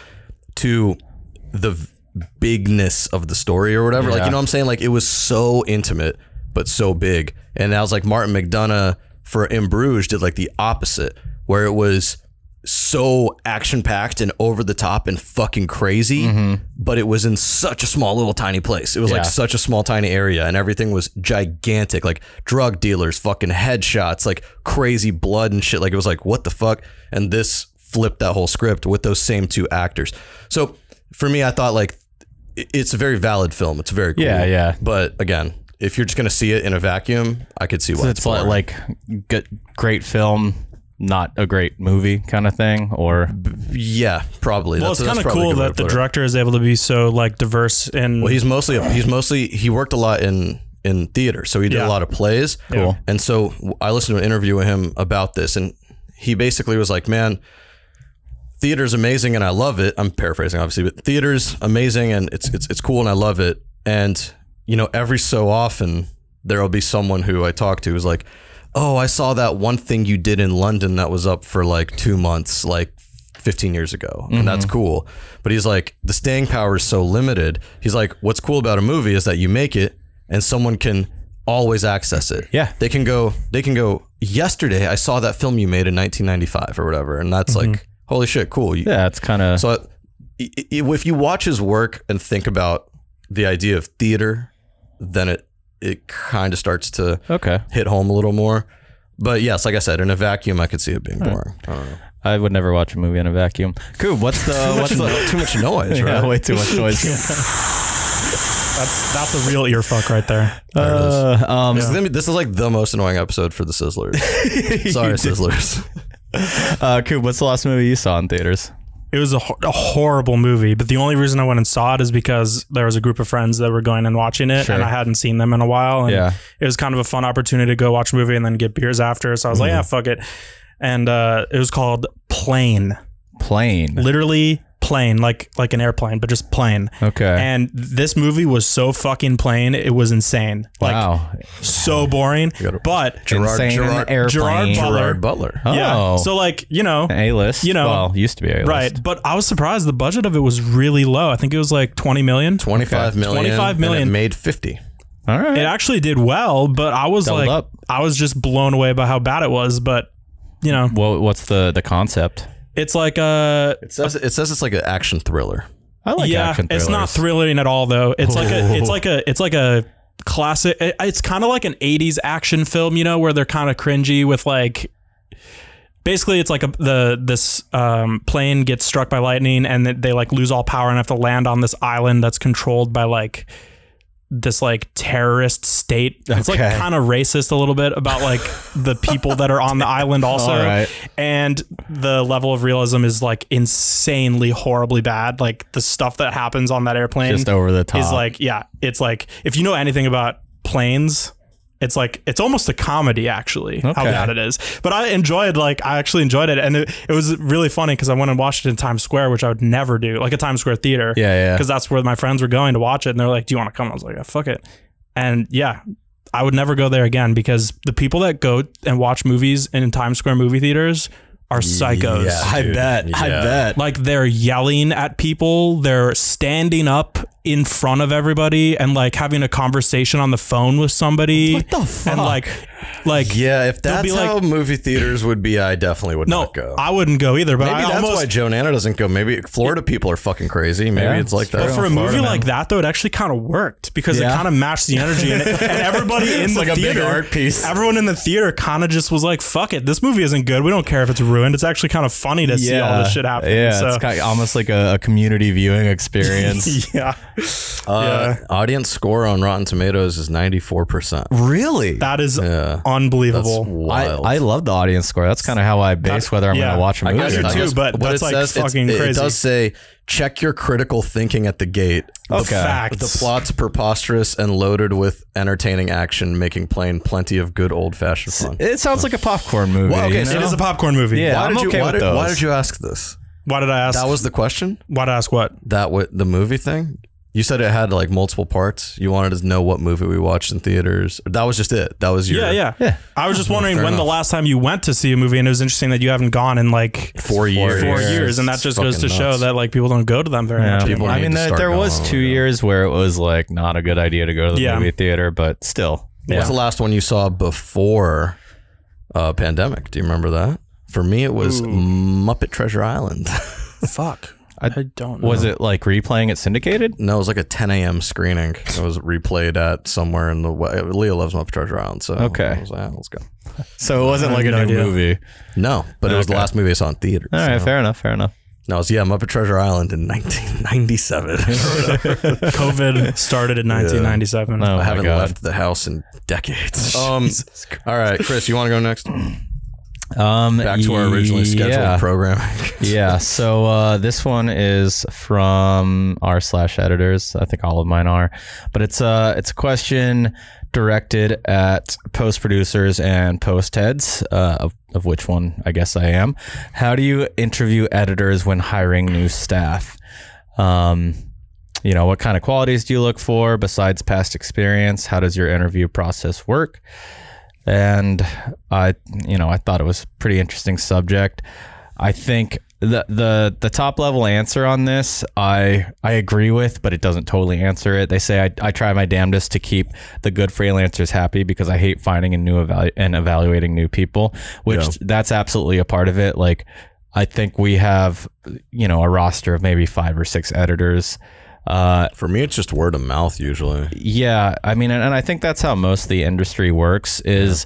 to the v- bigness of the story or whatever. Like you know what I'm saying? Like it was so intimate but so big, and I was like Martin McDonough for In Bruges did like the opposite, where it was so action packed and over the top and fucking crazy, but it was in such a small little tiny place. It was like
Yeah.
such a small tiny area and everything was gigantic, like drug dealers, fucking headshots, like crazy blood and shit. Like it was like, what the fuck? And this flipped that whole script with those same two actors. So for me, I thought like i- it's a very valid film. It's very cool.
Yeah, yeah.
But again, if you're just gonna see it in a vacuum, I could see why
it's like, like good, great film, not a great movie kind of thing, or
yeah, probably.
well,
That's-
it's
that's
kind of
probably a
cool
good way
that
to
the
put it.
director is able to be so like diverse in
Well, he's mostly he's mostly he worked a lot in in theater, so he did
Yeah.
a lot of plays.
Cool.
And so w- I listened to an interview with him about this, and he basically was like, "Man, theater's amazing, and I love it." I'm paraphrasing, obviously, but theater's amazing, and it's it's it's cool, and I love it. And you know, every so often there will be someone who I talk to who's like, "Oh, I saw that one thing you did in London that was up for like two months, like." 15 years ago and that's cool but he's like the staying power is so limited he's like what's cool about a movie is that you make it and someone can always access it
Yeah.
they can go they can go yesterday i saw that film you made in 1995 or whatever and that's like holy shit cool You-
Yeah, it's kind of
so i- i- if you watch his work and think about the idea of theater then it it kind of starts to
okay.
hit home a little more but yes like i said in a vacuum i could see it being boring I don't know.
I would never watch a movie in a vacuum. Cool. What's the what's the
too much noise right
Uh, yeah, way too much noise.
That's that's a real earfuck right there.
Uh, um,
This is gonna be- this is like the most annoying episode for the Sizzlers. Sorry, Sizzlers.
uh, Coop, what's the last movie you saw in theaters?
It was a, hor- a horrible movie, but the only reason I went and saw it is because there was a group of friends that were going and watching it,
Sure.
and I hadn't seen them in a while. And
Yeah.
it was kind of a fun opportunity to go watch a movie and then get beers after. So I was
Mm-hmm.
like, yeah, fuck it. And uh, it was called Plane,
Plane.
literally plane, like like an airplane, but just plane.
Okay.
And this movie was so fucking plain, it was insane, like
wow.
so boring. But
Gerard-
Insane
Gerard-
airplane.
Gerard Butler.
Gerard Butler.
Oh.
yeah, so like you know,
A list.
You know.
well, used to be A list.
Right, but I was surprised the budget of it was really low. I think it was like 20 million.
25 million.
25
and it
million.
made 50.
All right.
It actually did well, but I was
Doubled
like
up.
I was just blown away by how bad it was, but you know,
well, what's the the concept?
it's like uh, a
It says, it says it's like an action thriller.
I like
yeah,
action
it's not
thrillers.
thrilling at all though. It's like a it's like a it's like a classic it- it's kind of like an 80s action film, you know, where they're kind of cringy with like Basically, it's like a, the this um, plane gets struck by lightning, and they, they like lose all power and have to land on this island that's controlled by like this like terrorist state. It's like
Okay.
kind of racist a little bit about like the people that are on the island also.
All right.
And the level of realism is like insanely horribly bad. Like the stuff that happens on that airplane
Just over the top.
is like yeah, it's like if you know anything about planes it's like it's almost a comedy actually how
Okay.
bad it is but i enjoyed like i actually enjoyed it and it, it was really funny because i went and watched it in times square which i would never do like a times square theater
Yeah, yeah.
because that's where my friends were going to watch it and they're like do you want to come i was like yeah, fuck it and yeah i would never go there again because the people that go and watch movies in times square movie theaters are psychos
Yeah. Dude, yeah.
bet.
like they're yelling at people they're standing up in front of everybody and like having a conversation on the phone with somebody what
the
and like like
Yeah, if
They'll
that's
be like-
how movie theaters would be, I definitely would
no
not go.
i wouldn't go either but
Maybe
i
that's
almost
why Joe Nana doesn't go. Maybe Florida people are fucking crazy. Maybe
Yeah.
it's like that.
but for a
Florida,
movie
man.
like that though it actually kind of worked because it
Yeah.
kind of matched the energy in it. and everybody in
It's
the
like a big
theater
art piece.
everyone in the theater kind of just was like fuck it this movie isn't good we don't care if it's ruined it's actually kind of funny to see all this shit happen
Yeah,
so
it's kind of almost like a, a community viewing experience.
yeah
Uh, Audience score on Rotten Tomatoes is 94%.
really?
that is
Yeah. That's
unbelievable
I,
wild.
I love the audience score. That's kind of how I base whether I'm
yeah.
going to watch a
I
movie.
guess
or
do
not.
too, but
what
that's, like,
it's-
fucking
it,
crazy.
It does say, check your critical thinking at the gate. The
The facts.
The plot's preposterous and loaded with entertaining action, making plain plenty of good old fashioned fun.
eh,
It sounds like a popcorn movie.
Well, okay,
you
so
It
know?
is a popcorn movie.
Yeah.
Why,
why,
I'm
did you,
okay
why,
with
did, why
those.
did you ask this?
why did I ask?
That was the question.
why did I ask what?
That what the movie thing? You said it had like multiple parts. You wanted to know what movie we watched in theaters. That was just it. That was your
Yeah, yeah,
Yeah.
I was just wondering when the
enough.
last time you went to see a movie, and it was interesting that you haven't gone in like four,
four years.
years. and that
It's
just goes to
fucking
show
nuts.
that like people don't go to them very much.
People
anymore.
I
need
mean,
to
there,
start
there
going
was
on
two
with it.
years where it was like not a good idea to go to the
Yeah.
movie theater, but still.
What's the last one you saw before uh, pandemic? Do you remember that? For me, it was Muppet Treasure Island.
Fuck,
I-
I, don't. Know.
Was it like replaying it syndicated?
no, it was like a 10 a.m. screening. It was replayed at somewhere in the way. Leah loves Muppet Treasure Island, so
Okay.
I was like, "Ah, let's go.
So it wasn't like a new movie.
No, but it was the
Okay.
last movie I saw in theaters.
All right, fair enough, fair enough.
No, it was yeah, Muppet Treasure Island in 1997.
COVID started in 1997?
Oh,
I
my
haven't
God.
left the house in decades. Um, all right, Chris, you want to go next?
Um,
Back to our originally scheduled
yeah.
programming.
yeah. So uh, this one is from r slash editors. I think all of mine are, but it's a uh, it's a question. directed at post producers and post heads, uh, of, of which one I guess I am. How do you interview editors when hiring new staff? Um, you know, what kind of qualities do you look for besides past experience? How does your interview process work? and I, you know, I thought it was a pretty interesting subject. I think the the the top level answer on this, I I agree with, but it doesn't totally answer it. They say I, I try my damnedest to keep the good freelancers happy because I hate finding and new evalu- and evaluating new people, which
Yeah.
that's absolutely a part of it. Like I think we have, you know, a roster of maybe five or six editors. Uh,
For me, it's just word of mouth usually.
yeah, I mean, and, and I think that's how most of the industry works is,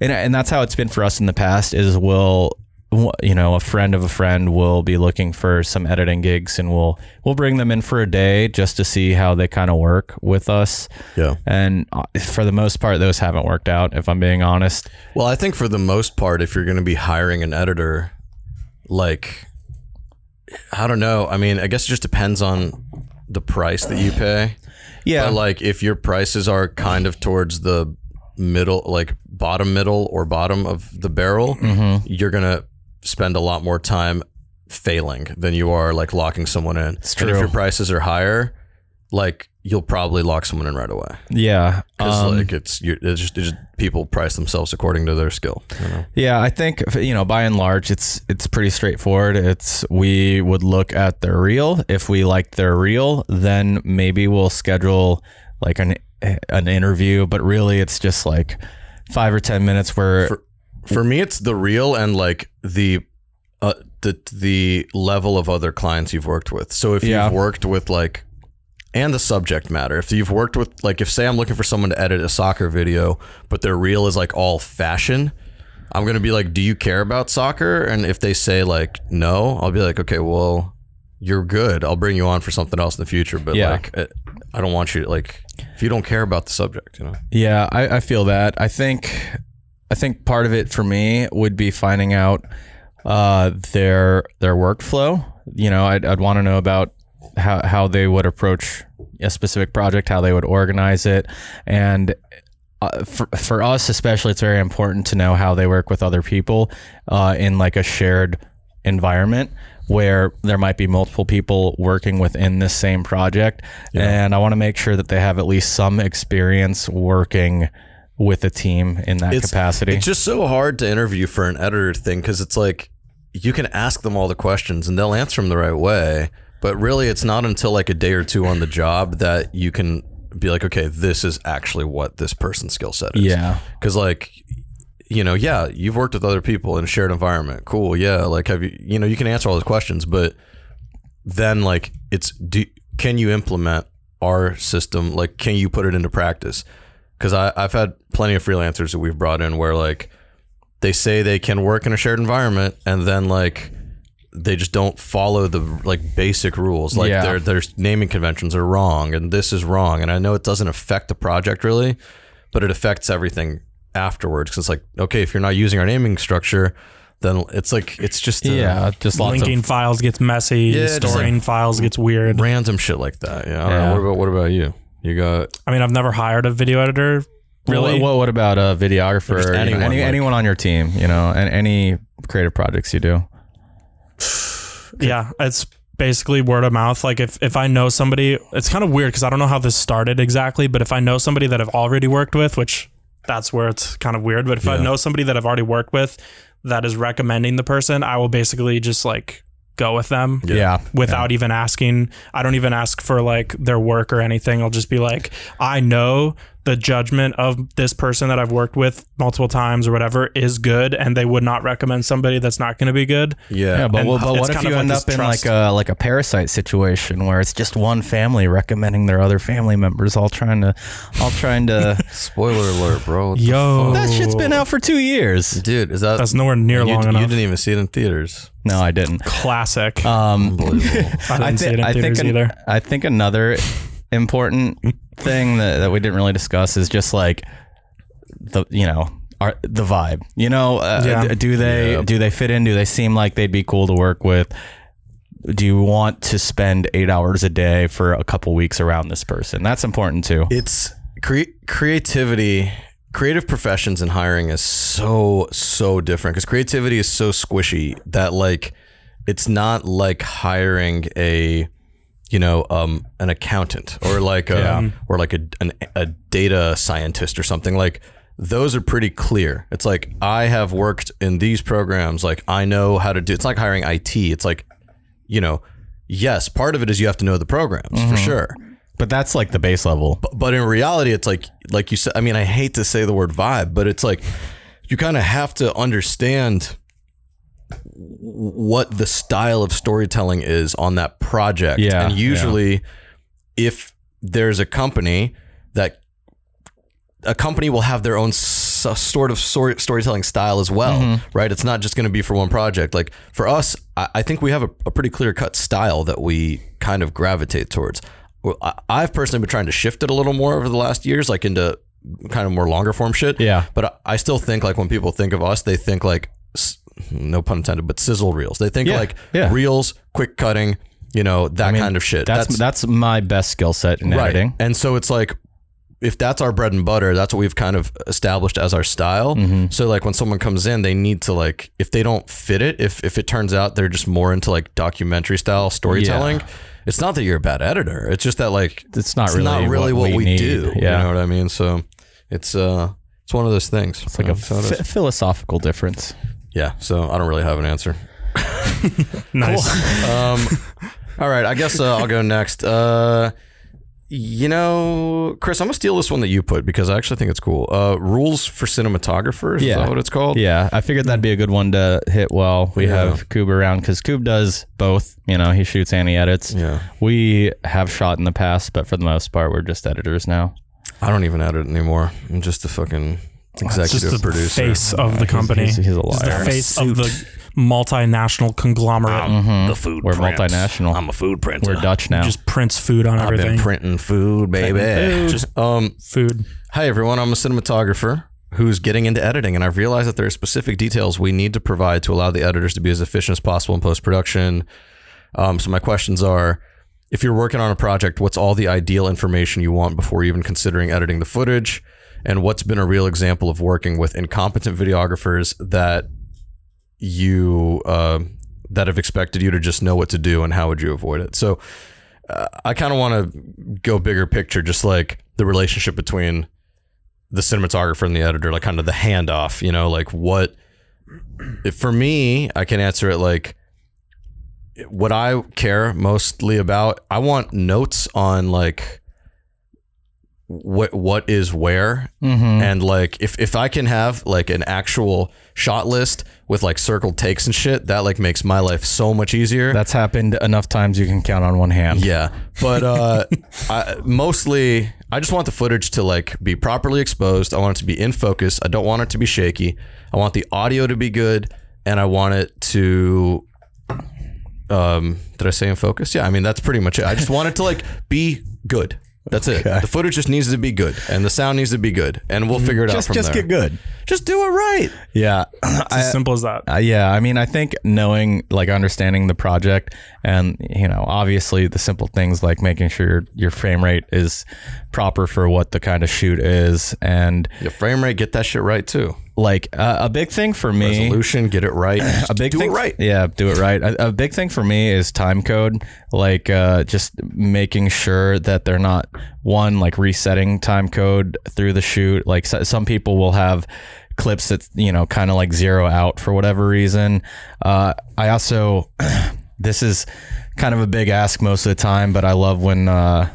and and that's how it's been for us in the past is we'll, w- you know, a friend of a friend will be looking for some editing gigs, and we'll we'll bring them in for a day just to see how they kind of work with us.
Yeah.
And uh, for the most part, those haven't worked out. If I'm being honest,
Well, I think for the most part, if you're going to be hiring an editor, like, I don't know. I mean, I guess it just depends on the price that you pay.
yeah,
But like, if your prices are kind of towards the middle, like bottom middle or bottom of the barrel,
Mm. mm-hmm.
you're going to spend a lot more time failing than you are like locking someone in. It's
true.
And if your prices are higher, like, you'll probably lock someone in right away.
yeah.
Because
um,
like it's, you it's, just, it's just people price themselves according to their skill. you know?
Yeah, I think you know, by and large, it's it's pretty straightforward. It's we would look at their reel. If we like their reel, then maybe we'll schedule like an eh, an interview. But really, it's just like five or ten minutes where
For- For me, it's the real and like the uh, the the level of other clients you've worked with. So if
Yeah.
you've worked with like and the subject matter. If you've worked with like if say I'm looking for someone to edit a soccer video, but their reel is like all fashion, I'm gonna be like, do you care about soccer? And if they say like no, I'll be like, okay, well, you're good. I'll bring you on for something else in the future. But
Yeah.
like, I, I don't want you to like if you don't care about the subject, you know.
Yeah, I, I feel that. I think I think part of it for me would be finding out uh, their their workflow. You know, I'd, I'd want to know about how, how they would approach a specific project, how they would organize it, and uh, for, for us especially, it's very important to know how they work with other people uh, in like a shared environment where there might be multiple people working within this same project. And I want to make sure that they have at least some experience working with a team in that capacity.
It's just so hard to interview for an editor thing because it's like you can ask them all the questions and they'll answer them the right way. But really, it's not until like a day or two on the job that you can be like, okay, this is actually what this person's skill set is.
yeah.
Because, like, you know, yeah, you've worked with other people in a shared environment. Cool. Yeah. Like, have you, you know, you can answer all those questions, but then, like, it's do, can you implement our system? Like, can you put it into practice? Because I've had plenty of freelancers that we've brought in where, like, they say they can work in a shared environment and then, like, they just don't follow the like basic rules. Like
Yeah.
their their naming conventions are wrong, and this is wrong. And I know it doesn't affect the project really, but it affects everything afterwards. 'Cause it's like, okay, if you're not using our naming structure, then it's like it's just uh, a
Yeah. Just lots
Linking
of.
files gets messy.
just like-
storing files gets weird.
random shit like that. Yeah. I don't
Yeah.
know. What about what about you? You got
I mean, I've never hired a video editor. Really,
What, what about a videographer?
Just
or any-
anyone,
any,
like-
anyone on your team, you know, and any creative projects you do?
yeah it's basically word of mouth like if, if i know somebody it's kind of weird because i don't know how this started exactly but if i know somebody that i've already worked with which that's where it's kind of weird but if i know somebody that i've already worked with that is recommending the person i will basically just like go with them
Yeah.
without even asking i don't even ask for like their work or anything i'll just be like i know the judgment of this person that i've worked with multiple times or whatever is good and they would not recommend somebody that's not going to be good
yeah.
Yeah, but,
And
well, but
it's
what if
kind
you
of like
end
this
up in
trust.
like a like a parasite situation where it's just one family recommending their other family members all trying to all trying to
Spoiler alert, bro. What the
Yo.
fuck?
That shit's been out for 2 years.
dude, is that
That's nowhere near
you,
long
you
enough.
didn't even see it in theaters.
No, I didn't.
Classic.
Um
Unbelievable.
I didn't see it in
I
theaters
an-
either.
I think another important thing that, that we didn't really discuss is just like the you know are the vibe. You know, uh,
Yeah.
d- do they do they fit in? Do they seem like they'd be cool to work with? Do you want to spend eight hours a day for a couple weeks around this person? That's important too.
it's Cre- creativity, creative professions and hiring is so so different because creativity is so squishy that like it's not like hiring a you know um an accountant or like a or like a an, a data scientist or something like those are pretty clear. It's like I have worked in these programs like I know how to do it's like hiring IT. It's like you know, yes, part of it is you have to know the programs for sure
But that's like the base level.
but in reality it's like like you said i mean i hate to say the word vibe but it's like you kind of have to understand what the style of storytelling is on that project
Yeah,
and
yeah.
usually if there's a company that a company will have their own s- uh, sort of story- storytelling style as well,
Mm-hmm.
right? It's not just going to be for one project. Like for us, I, I think we have a, a pretty clear cut style that we kind of gravitate towards. Well, I, I've personally been trying to shift it a little more over the last years, like into kind of more longer form shit.
Yeah.
But I, I still think like when people think of us, they think like, s- no pun intended, but sizzle reels. They think
Yeah,
like
yeah.
reels, quick cutting, you know, that kind of shit.
That's that's, my best skill set in editing.
And so it's like, if that's our bread and butter, that's what we've kind of established as our style.
Mm-hmm.
So like when someone comes in, they need to like if they don't fit it, if if it turns out they're just more into like documentary style storytelling, it's not that you're a bad editor. It's just that like
It's not
it's
really
not really what, we,
need.
do.
Yeah.
You know what I mean? So it's uh it's one of those things.
it's like a ph- philosophical difference.
yeah. So I don't really have an answer.
Nice.
Um, all right, I guess uh, I'll go next. Uh, you know, Chris, I'm gonna steal this one that you put because I actually think it's cool. Uh, rules for cinematographers. Is
Yeah.
that what it's called?
Yeah, I figured that'd be a good one to hit while we
Yeah.
have Coob around because Coob does both. You know, he shoots and he edits.
Yeah.
We have shot in the past, but for the most part, we're just editors now.
I don't even edit anymore. I'm just a fucking
It's
executive
just the
producer.
face of the company.
He's, he's a
He's the
liar.
face of the multinational conglomerate.
The food.
Hmm. We're multinational.
a food printer.
we're Dutch now.
Just prints food on
I've been
everything.
printing food, baby.
Just
Um,
food.
Hi, everyone. I'm a cinematographer who's getting into editing, and I've realized that there are specific details we need to provide to allow the editors to be as efficient as possible in post production. Um, so, my questions are if you're working on a project, what's all the ideal information you want before even considering editing the footage? And what's been a real example of working with incompetent videographers that you uh, that have expected you to just know what to do, and how would you avoid it? So, uh, I kind of want to go bigger picture, just like the relationship between the cinematographer and the editor, like kind of the handoff, you know, like what if for me, I can answer it like what I care mostly about, I want notes on like what what is where and like if if I can have like an actual shot list with like circled takes and shit, that like makes my life so much easier.
That's happened enough times you can count on one hand.
Yeah, but uh, I, mostly I just want the footage to like be properly exposed. I want it to be in focus. I don't want it to be shaky. I want the audio to be good, and I want it to. Um, did I say in focus? Yeah, I mean that's pretty much it. I just want it to like be good. That's it. The footage just needs to be good, and the sound needs to be good, and we'll figure it out
Just
from
just
there.
get good.
Just do it right.
Yeah.
It's as simple as that.
Uh, yeah, I mean, I think knowing, like, understanding the project, and you know, obviously the simple things like making sure your, your frame rate is proper for what the kind of shoot is, and
Your frame rate, get that shit right too.
like uh, a big thing for me,
Resolution, get it right.
a big
do
thing,
it right.
Yeah, do it right. A, a big thing for me is time code, like uh, just making sure that they're not one like resetting time code through the shoot. Like so, some people will have clips that you know kind of like zero out for whatever reason. Uh, I also this is kind of a big ask most of the time, but I love when uh,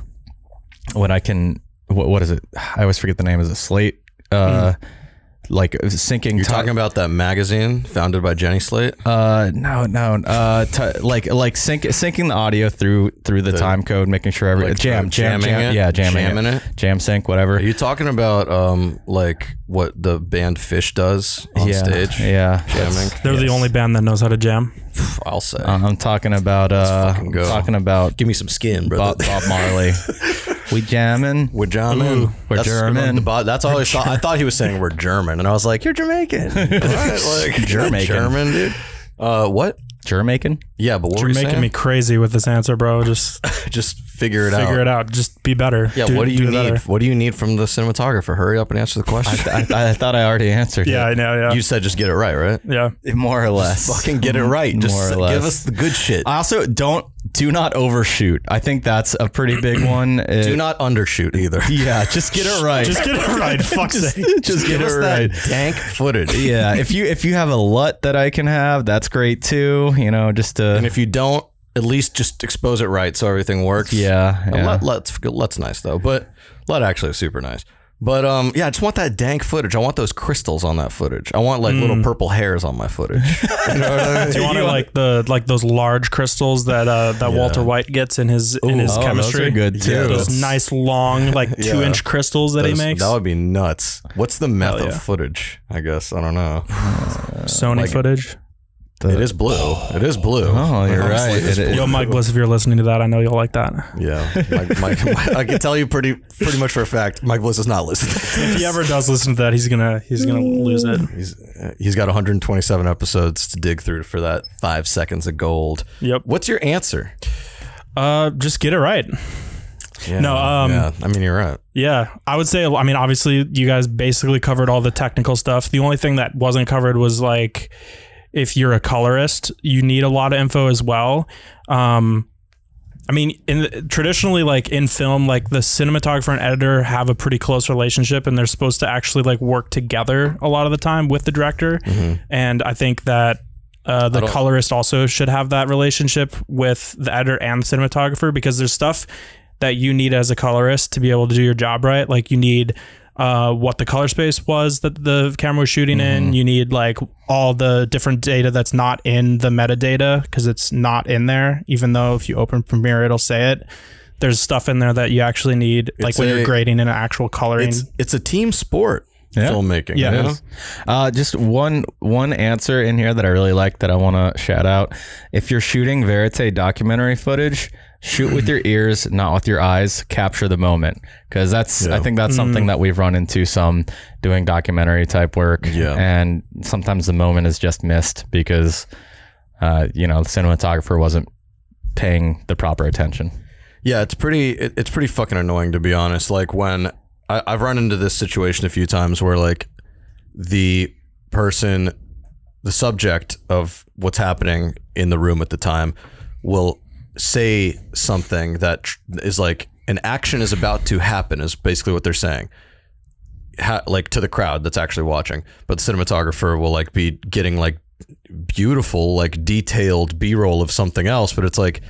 when I can. What, what is it? I always forget the name. Is it slate? Uh, Like syncing
Mm. You're
time.
talking about that magazine founded by Jenny Slate.
Uh, no, no. Uh, t- like like sync, syncing the audio through through the, time code, making sure every
like,
jam,
uh,
jam,
jamming
jam,
it?
yeah, jamming,
Jamming
it,
it?
jam sync, whatever.
Are you talking about um like what the band Fish does on
yeah,
stage?
yeah.
Jamming.
They're the only band that knows how to jam.
I'll say.
Uh, I'm talking about uh,
fucking go.
talking about
Give me some skin,
Bob,
brother.
Bob Marley. we jamming.
We're German.
we're
that's,
German.
the bo- that's all I thought. I thought he was saying we're German, and I was like, "You're Jamaican, All right, like
Jamaican.
German, dude." Uh, what?
Jamaican.
Yeah, but what
You're
were you
making
saying?
me crazy with this answer, bro. Just
just figure it out.
Figure it out. Just be better.
Yeah,
Do-
what do you
do
need?
better.
What do you need from the cinematographer? Hurry up and answer the question.
I, I thought I already answered
Yeah, I
it.
know. Yeah,
you said just get it right, right?
yeah.
More or less. Mm-hmm.
Fucking get it right. Just
More or
s-
less.
give us the good shit.
I also don't do not overshoot. I think that's a pretty big one.
do
It-
not undershoot either.
Yeah, just get it right.
Just get it right. Fuck's
just,
sake.
just get
give
it
us
right.
that dank footage.
yeah, if you if you have a LUT that I can have, that's great too. You know, just
And
to
if you don't, at least just expose it right so everything works.
yeah,
Now,
yeah.
Let, let's let's nice though, but let actually is super nice. But um, yeah, I just want that dank footage. I want those crystals on that footage. I want like
Mm.
little purple hairs on my footage. You know what I mean?
Do you want to like the like those large crystals that uh, that Walter White gets in his in his
Oh, those
chemistry?
are good, too.
Those nice long like two inch crystals that
Those-
he makes.
That would be nuts. What's the meth
yeah.
of footage? I guess I don't know.
Sony footage.
it is blue. It is blue.
Oh, you're
Honestly,
right.
it is
It- it-
Yo, Mike Bliss, if you're listening to that, I know you'll like that.
Yeah, Mike, Mike, Mike- I can tell you pretty pretty much for a fact. Mike Bliss is not listening.
If he ever does listen to that, he's gonna he's gonna lose it.
He's uh, he's got 127 episodes to dig through for that five seconds of gold.
Yep.
What's your answer?
Uh, just get it right.
Yeah,
No, um,
yeah. I mean you're right.
Yeah, I would say. I mean, obviously, you guys basically covered all the technical stuff. The only thing that wasn't covered was like, if you're a colorist, you need a lot of info as well. Um, I mean, in the, traditionally, like in film, like the cinematographer and editor have a pretty close relationship, and they're supposed to actually like work together a lot of the time with the director. And I think that uh, the colorist also should have that relationship with the editor and the cinematographer because there's stuff that you need as a colorist to be able to do your job right. Like you need uh, what the color space was that the camera was shooting in. You need like all the different data that's not in the metadata because it's not in there. Even though if you open Premiere, it'll say it. There's stuff in there that you actually need, like
It's
when
a-
you're grading an actual coloring.
It's it's a team sport. Filmmaking.
Yeah.
you
It
know?
is.
Uh, just one one answer in here that I really like that I want to shout out. If you're shooting verite documentary footage, shoot with your ears, not with your eyes. Capture the moment because that's I think that's something that we've run into some doing documentary type work.
Yeah.
and sometimes the moment is just missed because uh, you know the cinematographer wasn't paying the proper attention.
Yeah, it's pretty. It, it's pretty fucking annoying to be honest. Like when I, I've run into this situation a few times where like the person, the subject of what's happening in the room at the time, will say something that tr- is like an action is about to happen. Is basically what they're saying. Ha- like to the crowd that's actually watching, but the cinematographer will like be getting like beautiful, like detailed B roll of something else, but it's like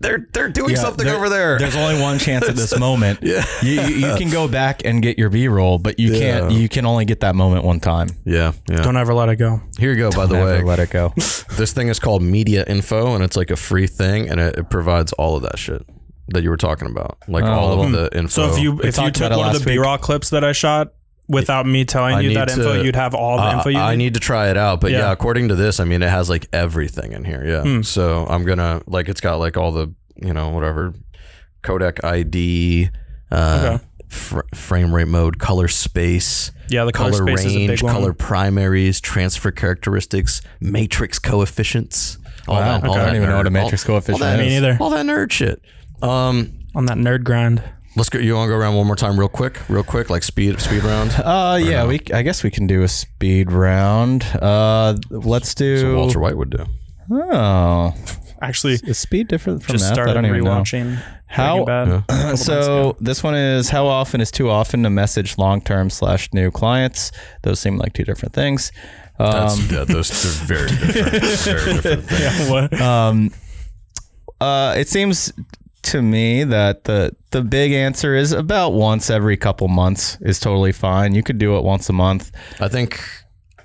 they're they're doing something over there.
There's only one chance at this moment. yeah. you, you, you can go back and get your B-roll, but you can't. You can only get that moment one time.
Yeah, yeah.
Don't ever let it go.
Here you go. By the
Never
way,
let it go.
this thing is called Media Info, and it's like a free thing, and it, it provides all of that shit that you were talking about, like all of the info.
Oh. Hmm. So if you if you
talked
took
about it
one of
last
the B roll clips that I shot without me telling
I
you
need
that info,
to-
you'd have all the
I-
info you
I
need.
need to try it out, but yeah.
Yeah. Hmm.
according to this, I mean, it has like everything in here. Yeah, so I'm gonna like it's got like all the you know whatever codec ID, uh,
Okay.
fr- frame rate mode, color space.
Yeah, the color space is a big one.
color primaries, transfer characteristics, matrix coefficients. All that,
Okay.
all
I don't
that
even know what a
nerd- all-
matrix coefficient
all that,
is.
Me neither.
All that nerd shit. Um,
on that nerd grind.
let's go. You want to go around one more time, real quick, real quick, like speed speed round.
Uh, yeah, we. I guess we can do a speed round. Uh, let's do.
So Walter White would do.
Oh,
Actually,
is speed different from
just
that? I
started
don't even know.
rewatching.
How-
Breaking Bad.
so this one is how often is too often to message long term slash new clients? Those seem like two different things. Um,
That's yeah, those are very different. very different things.
What?
uh, it seems to me that the the big answer is about once every couple months is totally fine. You could do it once a month.
I think,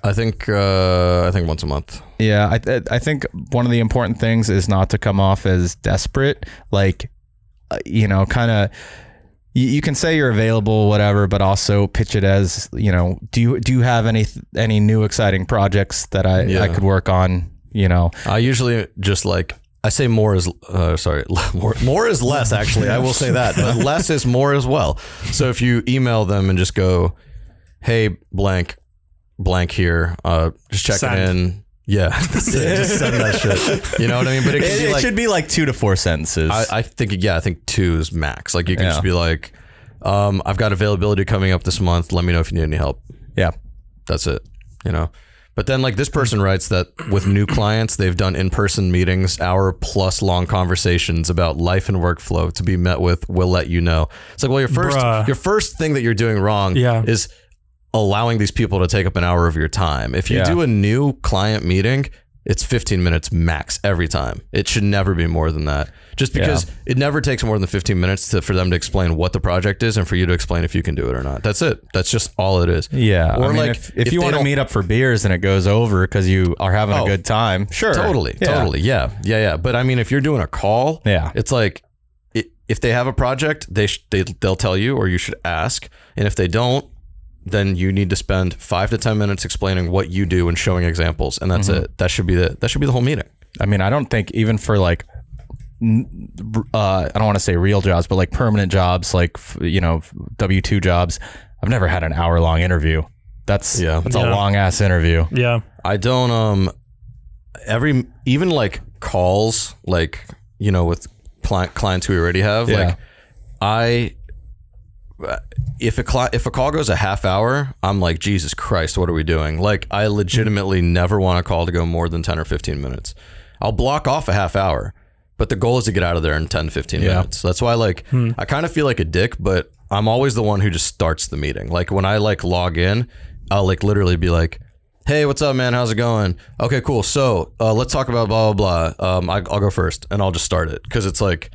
I think, uh, I think once a month.
Yeah, I th- I think one of the important things is not to come off as desperate. Like, uh, you know, kind of. You, you can say you're available, whatever, but also pitch it as you know. Do you do you have any any new exciting projects that I
Yeah.
I could work on? You know,
I usually just like I say more is uh, sorry more more is less actually I will say that but less is more as well. So if you email them and just go, hey blank blank here, uh, just checking
Send.
in. Yeah, just send that shit. You know what I mean? But it could
It,
be
it
like
should be like two to four sentences.
I, I think yeah, I think two is max. Like you can
Yeah.
just be like, um, I've got availability coming up this month. Let me know if you need any help.
yeah.
That's it. You know. But then like this person writes that with new clients, they've done in-person meetings, hour plus long conversations about life and workflow to be met with, we'll let you know. It's like, well, your first
Bruh.
your first thing that you're doing wrong
Yeah.
is allowing these people to take up an hour of your time. If you
Yeah.
do a new client meeting, it's 15 minutes max every time. It should never be more than that. Just because it never takes more than 15 minutes to, for them to explain what the project is and for you to explain if you can do it or not. That's it. That's just all it is.
Yeah.
Or
I mean,
like
if, if,
if
you
they
want to
don't-
meet up for beers and it goes over because you are having
Oh.
a good time, sure.
Totally,
Yeah.
totally. Yeah, yeah, yeah. But I mean, if you're doing a call,
Yeah.
it's like i if they have a project, they sh- they they'll tell you, or you should ask. And if they don't, then you need to spend five to ten minutes explaining what you do and showing examples, and that's
Mm-hmm.
it. That should be the that should be the whole meeting.
I mean, I don't think even for like, n- uh, I don't want to say real jobs, but like permanent jobs, like f- you know W two jobs. I've never had an hour long interview. That's
Yeah.
yeah, that's a
Yeah.
long ass interview.
Yeah.
I don't um every even like calls like you know with client, clients we already have
Yeah.
like I if a cli if a call goes a half hour I'm like Jesus Christ what are we doing like I legitimately never want a call to go more than 10 or 15 minutes I'll block off a half hour but the goal is to get out of there in 10 15 minutes that's why like I kind of feel like a dick but I'm always the one who just starts the meeting like when I like log in I'll like literally be like Hey, what's up, man? How's it going? Okay, cool. So uh, let's talk about blah blah blah. Um, I, I'll go first, and I'll just start it because it's like,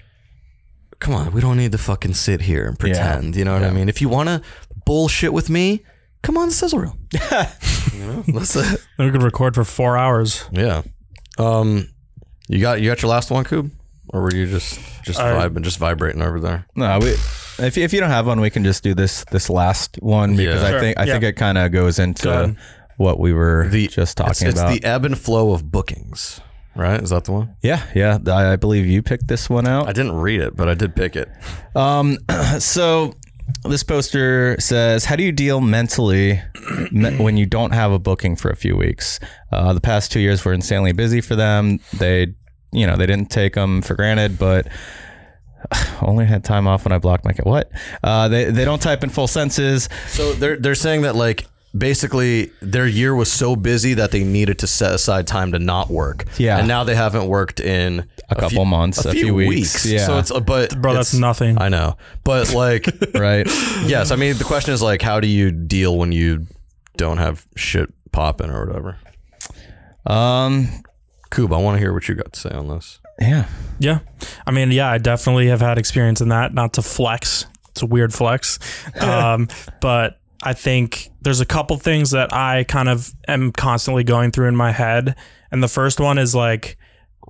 come on, we don't need to fucking sit here and pretend. You know what I mean? If you want to bullshit with me, come on, to sizzle reel. you know, uh, that's it.
Then we could record for four hours.
Yeah. Um, you got you got your last one, Coob, or were you just just vibing, just vibrating over there?
No, we, if you- if you don't have one, we can just do this this last one because I
Sure.
think I think
Yeah.
it kind of goes into
ahead.
what we were
The-
just
It's,
talking
it's
about.
the ebb and flow of bookings, right? Is that the one?
yeah, yeah. I, I believe you picked this one out.
I didn't read it, but I did pick it.
So this poster says, "How do you deal mentally me- when you don't have a booking for a few weeks? Uh, the past two years were insanely busy for them. They, you know, they didn't take them for granted, but." Only had time off when I blocked my cat. What? Uh, they they don't type in full sentences.
So they're they're saying that like basically their year was so busy that they needed to set aside time to not work.
Yeah.
and now they haven't worked in
A couple months,
a few, weeks.
Yeah,
So it's a but
Bro, that's
it's-
nothing.
I know, but like
right.
yes, I mean the question is like how do you deal when you don't have shit popping or whatever.
Um,
Coop, I want to hear what you got to say on this.
yeah,
Yeah. I mean, yeah, I definitely have had experience in that. Not to flex, it's a weird flex. Um, but I think there's a couple things that I kind of am constantly going through in my head. And the first one is like,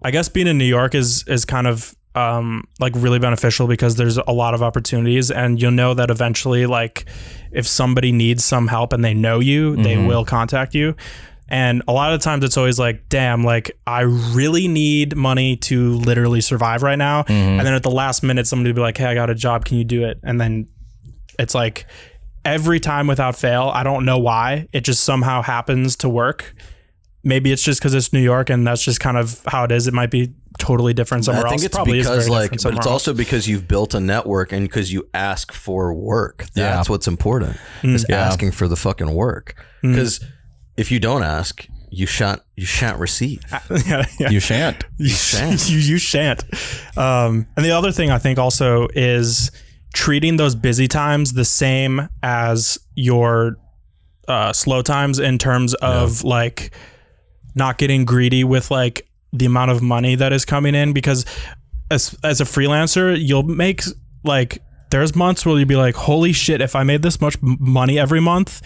I guess being in New York is is kind of um, like really beneficial because there's a lot of opportunities, and you'll know that eventually, like if somebody needs some help and they know you, they will contact you. And a lot of times it's always like, damn, like I really need money to literally survive right now. And then at the last minute, somebody will be like, hey, I got a job. Can you do it? And then it's like every time without fail, I don't know why, it just somehow happens to work. Maybe it's just because it's New York and that's just kind of how it is. It might be totally different somewhere else. Probably is very different
but
somewhere
it's
else.
also because you've built a network and because you ask for work. That's what's important.
Mm.
Is asking for the fucking work. Because if you don't ask, you shan't you shan't receive.
yeah, yeah.
you shan't.
you shan't. you, you shan't. Um, and the other thing I think also is treating those busy times the same as your uh, slow times in terms of like not getting greedy with like the amount of money that is coming in because as as a freelancer you'll make like there's months where you'll be like holy shit if I made this much m- money every month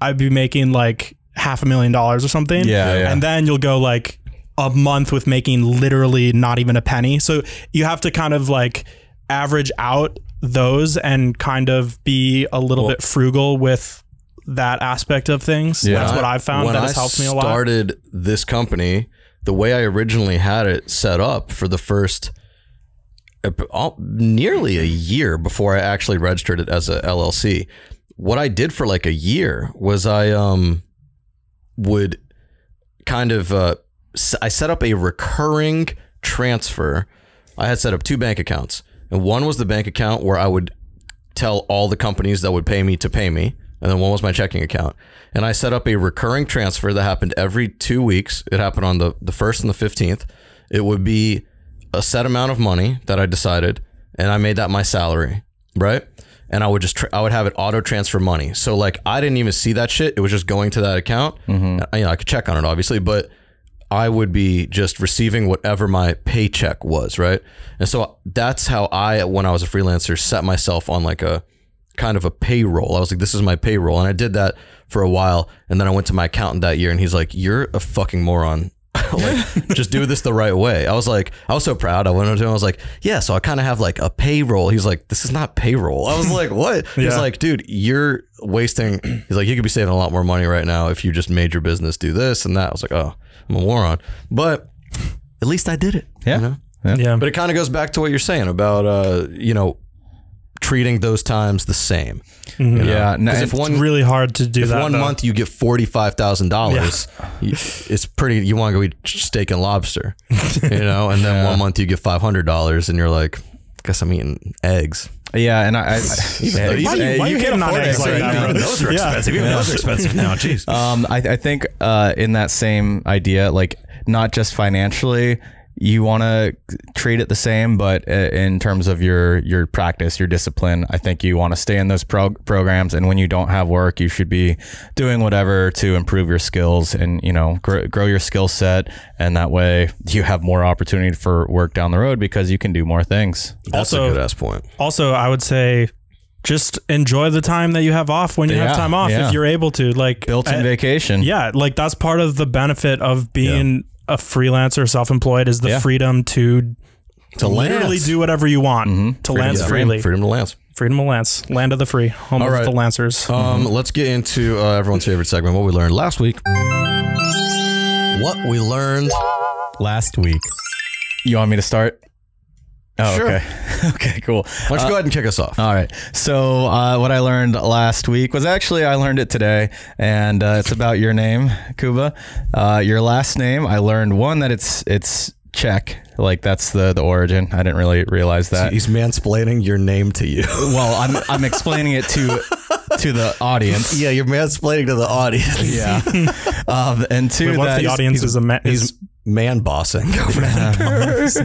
I'd be making like half a million dollars or something
Yeah, yeah.
and then you'll go like a month with making literally not even a penny. So you have to kind of like average out those and kind of be a little bit frugal with that aspect of things. That's
When
what I've found
when
that has
I
helped me a lot.
Started this company the way I originally had it set up for the first uh, all- nearly a year before I actually registered it as a LLC. What I did for like a year was I um would kind of uh, s- I set up a recurring transfer. I had set up two bank accounts, and one was the bank account where I would tell all the companies that would pay me to pay me, and then one was my checking account. And I set up a recurring transfer that happened every two weeks. It happened on the the first and the fifteenth. It would be a set amount of money that I decided, and I made that my salary, right? And I would just tr I would have it auto transfer money. So like I didn't even see that shit. It was just going to that account. I, you know, I could check on it obviously, but I would be just receiving whatever my paycheck was, right? And so that's how I, when I was a freelancer, set myself on like a kind of a payroll. I was like, this is my payroll. And I did that for a while. And then I went to my accountant that year and he's like, you're a fucking moron. like, just do this the right way. I was like, I was so proud. I went up to him. I was like, yeah, so I kind of have like a payroll. He's like, this is not payroll. I was like, what? He's
Yeah.
like, dude, you're wasting. He's like, you could be saving a lot more money right now if you just made your business do this and that. I was like, oh, I'm a moron. But at least I did it.
Yeah.
Yeah.
But it kind of goes back to what you're saying about, uh, you know, treating those times the same.
Mhm.
Yeah, no,
Because
and
if one
it's really hard to do
if
that.
one
though.
month you get forty five thousand dollars, it's pretty. You want to go eat steak and lobster, you know, and then one month you get five hundred dollars, and you're like, guess I'm eating eggs.
yeah, and I, I
though
Eggs.
you-
Why you-
Hey,
why you
can't
hating on
afford
eggs
eggs
like
right
that,
now.
bro?
Even those are
Yeah.
expensive. Even those are expensive now. Jeez.
Um, I, I think uh, in that same idea, like not just financially, you want to treat it the same, but uh, in terms of your your practice, your discipline, I think you want to stay in those prog- programs. And when you don't have work, you should be doing whatever to improve your skills and you know grow, grow your skill set. And that way, you have more opportunity for work down the road because you can do more things.
That's a
also-
good ass point.
also I would say just enjoy the time that you have off when you
Yeah,
have time off
yeah.
if you're able to like
Built-in
I-
vacation.
Uh, yeah like that's part of the benefit of being a freelancer self-employed is the
Yeah.
freedom to
To
literally
Lance.
do whatever you want to lance
Yeah.
freely
Freedom to Lance.
freedom of lance land of the free home
All
of
right.
the lancers
Um, let's get into uh, everyone's favorite segment, what we learned last week. What we learned.
Last week, you want me to start? Oh,
Sure.
okay. okay, cool.
Why don't you go ahead and kick us off?
All right. So uh, what I learned last week was actually I learned it today, and uh, it's about your name, Kuba. Uh, your last name. I learned one that it's it's Czech. Like that's the the origin. I didn't really realize that.
He's mansplaining your name to you.
well, I'm I'm explaining it to to the audience.
yeah, you're mansplaining to the audience.
Yeah. um, and two
Wait, what if
that
the audience is a ma- is
Man bossing.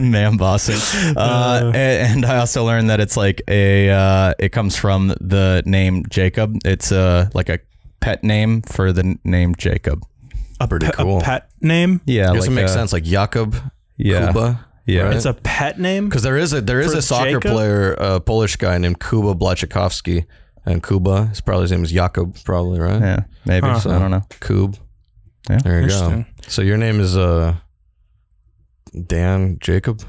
man bossing. Uh, a- and, I also learned that it's like a uh, it comes from the name Jacob. It's uh, like a pet name for the n- name Jacob.
Pretty
a
cool.
pet name
Yeah,
It doesn't
like
make
uh,
sense. uh, Like Jakub
Yeah.
Kuba.
Yeah.
it's a pet name
because there is a there is
For
a soccer
Jacob?
player, a Polish guy named Kuba Blachikowski, and Kuba. His probably his name is Jakub, probably right.
Yeah, maybe I don't know.
Kub.
Yeah.
There you go.
Interesting.
So your name is uh Dan Jacob,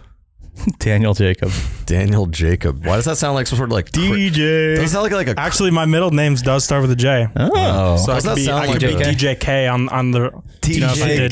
Daniel Jacob,
Daniel Jacob. Why does that sound like some sort of like cri- Doesn't it
dj
sound like like a
actually my middle name does start with a j
Oh.
so I
Does
could
that
be,
sound
I could
like
be
a-
DJK on on the you know, if I did-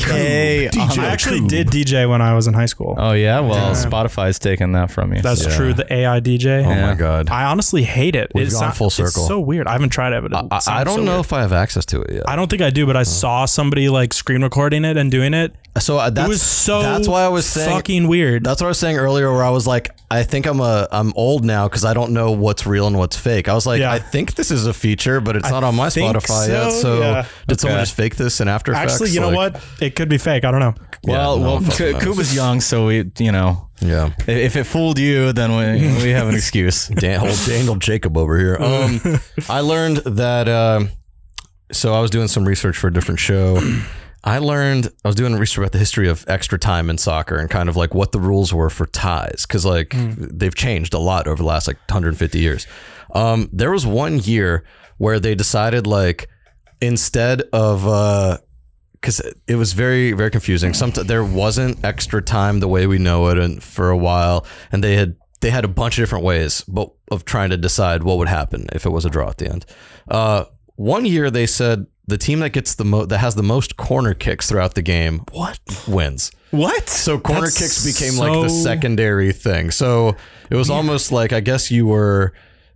DJK.
I actually did DJ when I was in high school.
Oh yeah, well
Yeah.
Spotify's taking that from you.
That's
so-
true. The AI DJ.
Oh my god. I,
I honestly hate it.
We've
it's
gone full circle.
It's so weird. I haven't tried it, but it
I,
sounds
I don't
so
know
weird.
if Oh. I have access to it yet.
I don't think I do, but I saw somebody like screen recording it and doing it.
so uh, that's
it was so
that's why I was saying
fucking weird.
That's what I was saying earlier, where I was like, I think I'm a I'm old now because I don't know what's real and what's fake. I was like,
Yeah.
I think this is a feature, but it's not on my
think
Spotify yet.
so,
So
yeah.
did someone just fake this in After Effects?
Actually, you know
Like,
what? It could be fake. I don't know.
Well,
Yeah, no
well,
one fucking
Ku-
knows.
Kuba's young, so we, you know,
Yeah,
i- if it fooled you, then we, we have an excuse.
Dan, old Daniel Jacob over here. Um, I learned that. um so I was doing some research for a different show. I learned I was doing research about the history of extra time in soccer and kind of like what the rules were for ties because like they've changed a lot over the last like 150 years. Um, there was one year where they decided like instead of uh, because it was very very confusing. Some there wasn't extra time the way we know it, and for a while, and they had they had a bunch of different ways, but of trying to decide what would happen if it was a draw at the end. Uh, one year they said the team that gets the mo- that has the most corner kicks throughout the game what wins.
What?
So corner
That's
kicks became like the
so-
secondary thing. So it was almost like I guess you were,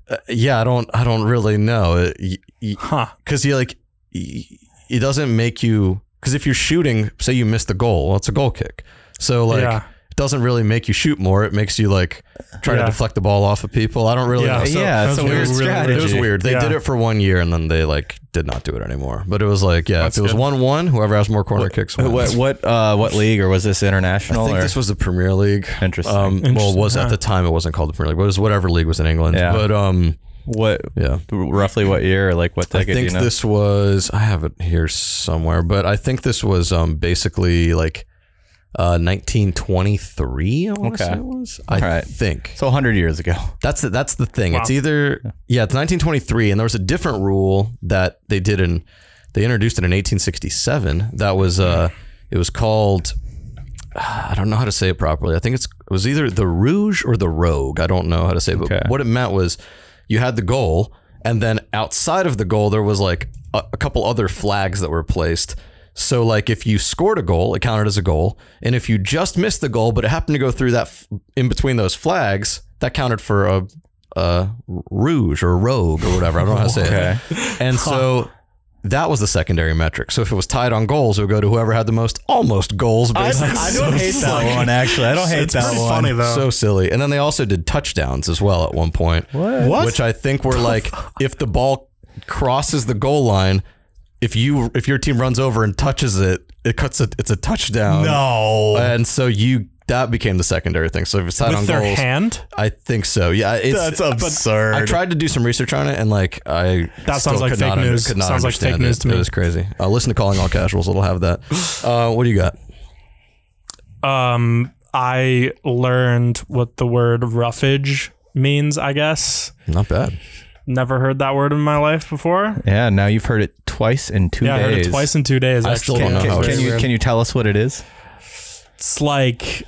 uh, yeah. I don't I don't really know. It, y- y-
Huh.
because you like y- it doesn't make you Because if you're shooting, say you miss the goal, well, it's a goal kick. So like.
Yeah.
It doesn't really make you shoot more. It makes you like try to
Yeah.
deflect the ball off of people. I don't really
Yeah.
know. So
yeah, it's a
sounds
weird
really weird.
strategy.
it was weird. They
Yeah.
did it for one year and then they like did not do it anymore. But it was like, yeah,
That's
if it was
good.
one one, whoever has more corner kicks wins.
What what uh, what league or was this international?
I think
or?
this was the Premier League.
Interesting.
Um, well, it
Interesting,
was at
huh.
the time it wasn't called the Premier League, but it was whatever league was in England.
Yeah.
But um,
what
yeah,
roughly what year or like what decade?
I
do
think
you know?
this was. I have it here somewhere, but I think this was um basically like uh 1923. I want
Okay.
to say it was. I
Alright.
think
so 100 years ago.
that's the, that's the thing. It's either yeah, it's 1923, and there was a different rule that they did in they introduced it in 1867. That was uh, it was called I don't know how to say it properly. I think it's it was either the rouge or the rogue. I don't know how to say, it, but
Okay.
what it meant was you had the goal, and then outside of the goal there was like a, a couple other flags that were placed. So like if you scored a goal, it counted as a goal, and if you just missed the goal but it happened to go through that f- in between those flags, that counted for a, a rouge or rogue or whatever. I don't know how to say it. And so. That was the secondary metric. So if it was tied on goals, it would go to whoever had the most almost goals. Basically,
I don't hate that one actually. I don't hate
It's pretty funny though.
so silly. And then they also did touchdowns as well at one point.
What?
Which I think were like if the ball crosses the goal line, if you if your team runs over and touches it, it cuts a, it's a touchdown.
No.
And so you that became the secondary thing. So if it's tied on
With their
goals,
hand?
I think so. Yeah,
That's
it's
absurd.
I tried to do some research on it, and like I
That
still
sounds like
could
fake
not under-
news.
could not
Sounds like
understand
fake news
it.
to me.
It was crazy. Uh, listen to calling all casuals; it'll have that. Uh, what do you got?
Um, I learned what the word roughage means, I guess.
Not bad.
Never heard that word in my life before.
Yeah, now you've heard it twice in two
Yeah,
days.
I heard it twice in two days.
I still
actually.
don't know
Can,
how
can
it's
you can you tell us what it is?
It's like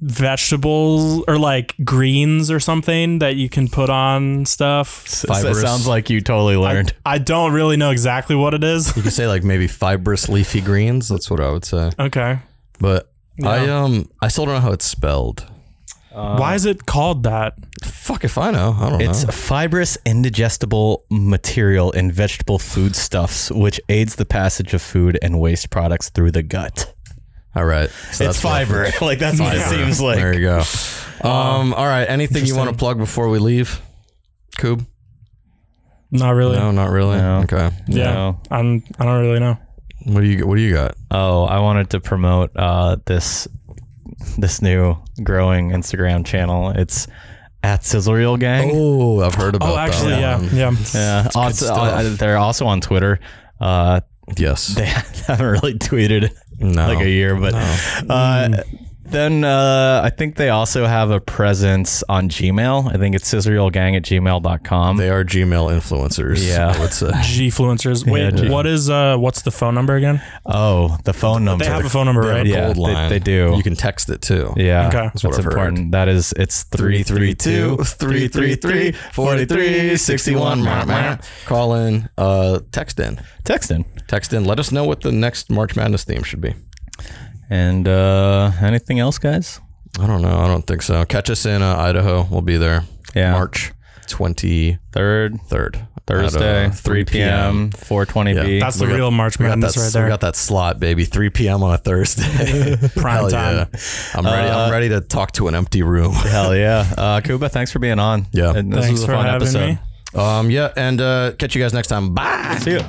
vegetables or like greens or something that you can put on stuff.
Fibrous.
It sounds like you totally learned.
I don't really know exactly what it is.
You could say like maybe fibrous leafy greens. That's what I would say.
Okay.
But I um I still don't know how it's spelled. Uh,
Why is it called that?
Fuck if I know. I don't
It's
know.
fibrous, indigestible material in vegetable foodstuffs, which aids the passage of food and waste products through the gut.
All right. So
it's
that's what I
fiber.
think.
like that's what it
Fiber.
seems like.
There you go.
uh,
Um. All right. Anything you want to plug before we leave? Coob?
Not really.
No, not really. Okay.
Yeah.
No.
I'm- I don't really know.
What do you What do you got?
Oh, I wanted to promote uh, this this new growing Instagram channel. It's at Sizzle Reel Gang.
Oh, I've heard about.
Oh, actually,
that
yeah.
one.
Yeah.
Yeah, also, uh, they're also on Twitter. Uh,
Yes.
they haven't really tweeted
No.
Oh,
like a year, but uh, then uh, I think they also have a presence on Gmail. I think it's scissorreelgang at gmail.com.
They are Gmail influencers.
Yeah.
I would say.
G-fluencers. Wait,
G-
what is uh what's the phone number again?
oh, the phone number.
They have a phone number, right?
Yeah,
Gold
they-
line.
they do.
You can text it too.
Yeah,
Okay.
that's,
That's
what I've heard.
important. That is, it's 332
333 4361 Call in, uh, text in.
Text in.
Text in. Let us know what the next March Madness theme should be.
And uh, anything else, guys?
I don't know. I don't think so. Catch us in uh, Idaho. We'll be there.
Yeah.
March 23rd.
Third Thursday,
at, uh,
3 p.m., 420b.
That's the
We got-
real March
We got, that,
Madness right there.
we got that slot, baby. 3 p.m. on a Thursday.
Prime
Hell
time. Uh,
yeah. I'm ready. I'm ready to talk to an empty room.
Hell yeah. Uh, Kuba, thanks for being on.
Yeah.
And this
Thanks
was a
for
fun
having
episode.
me.
Um, yeah, and uh, catch you guys next time. Bye.
See you.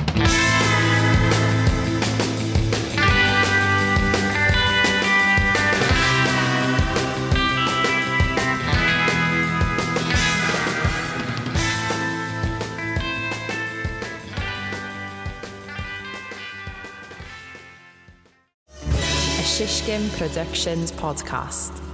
A Shishkin Productions podcast.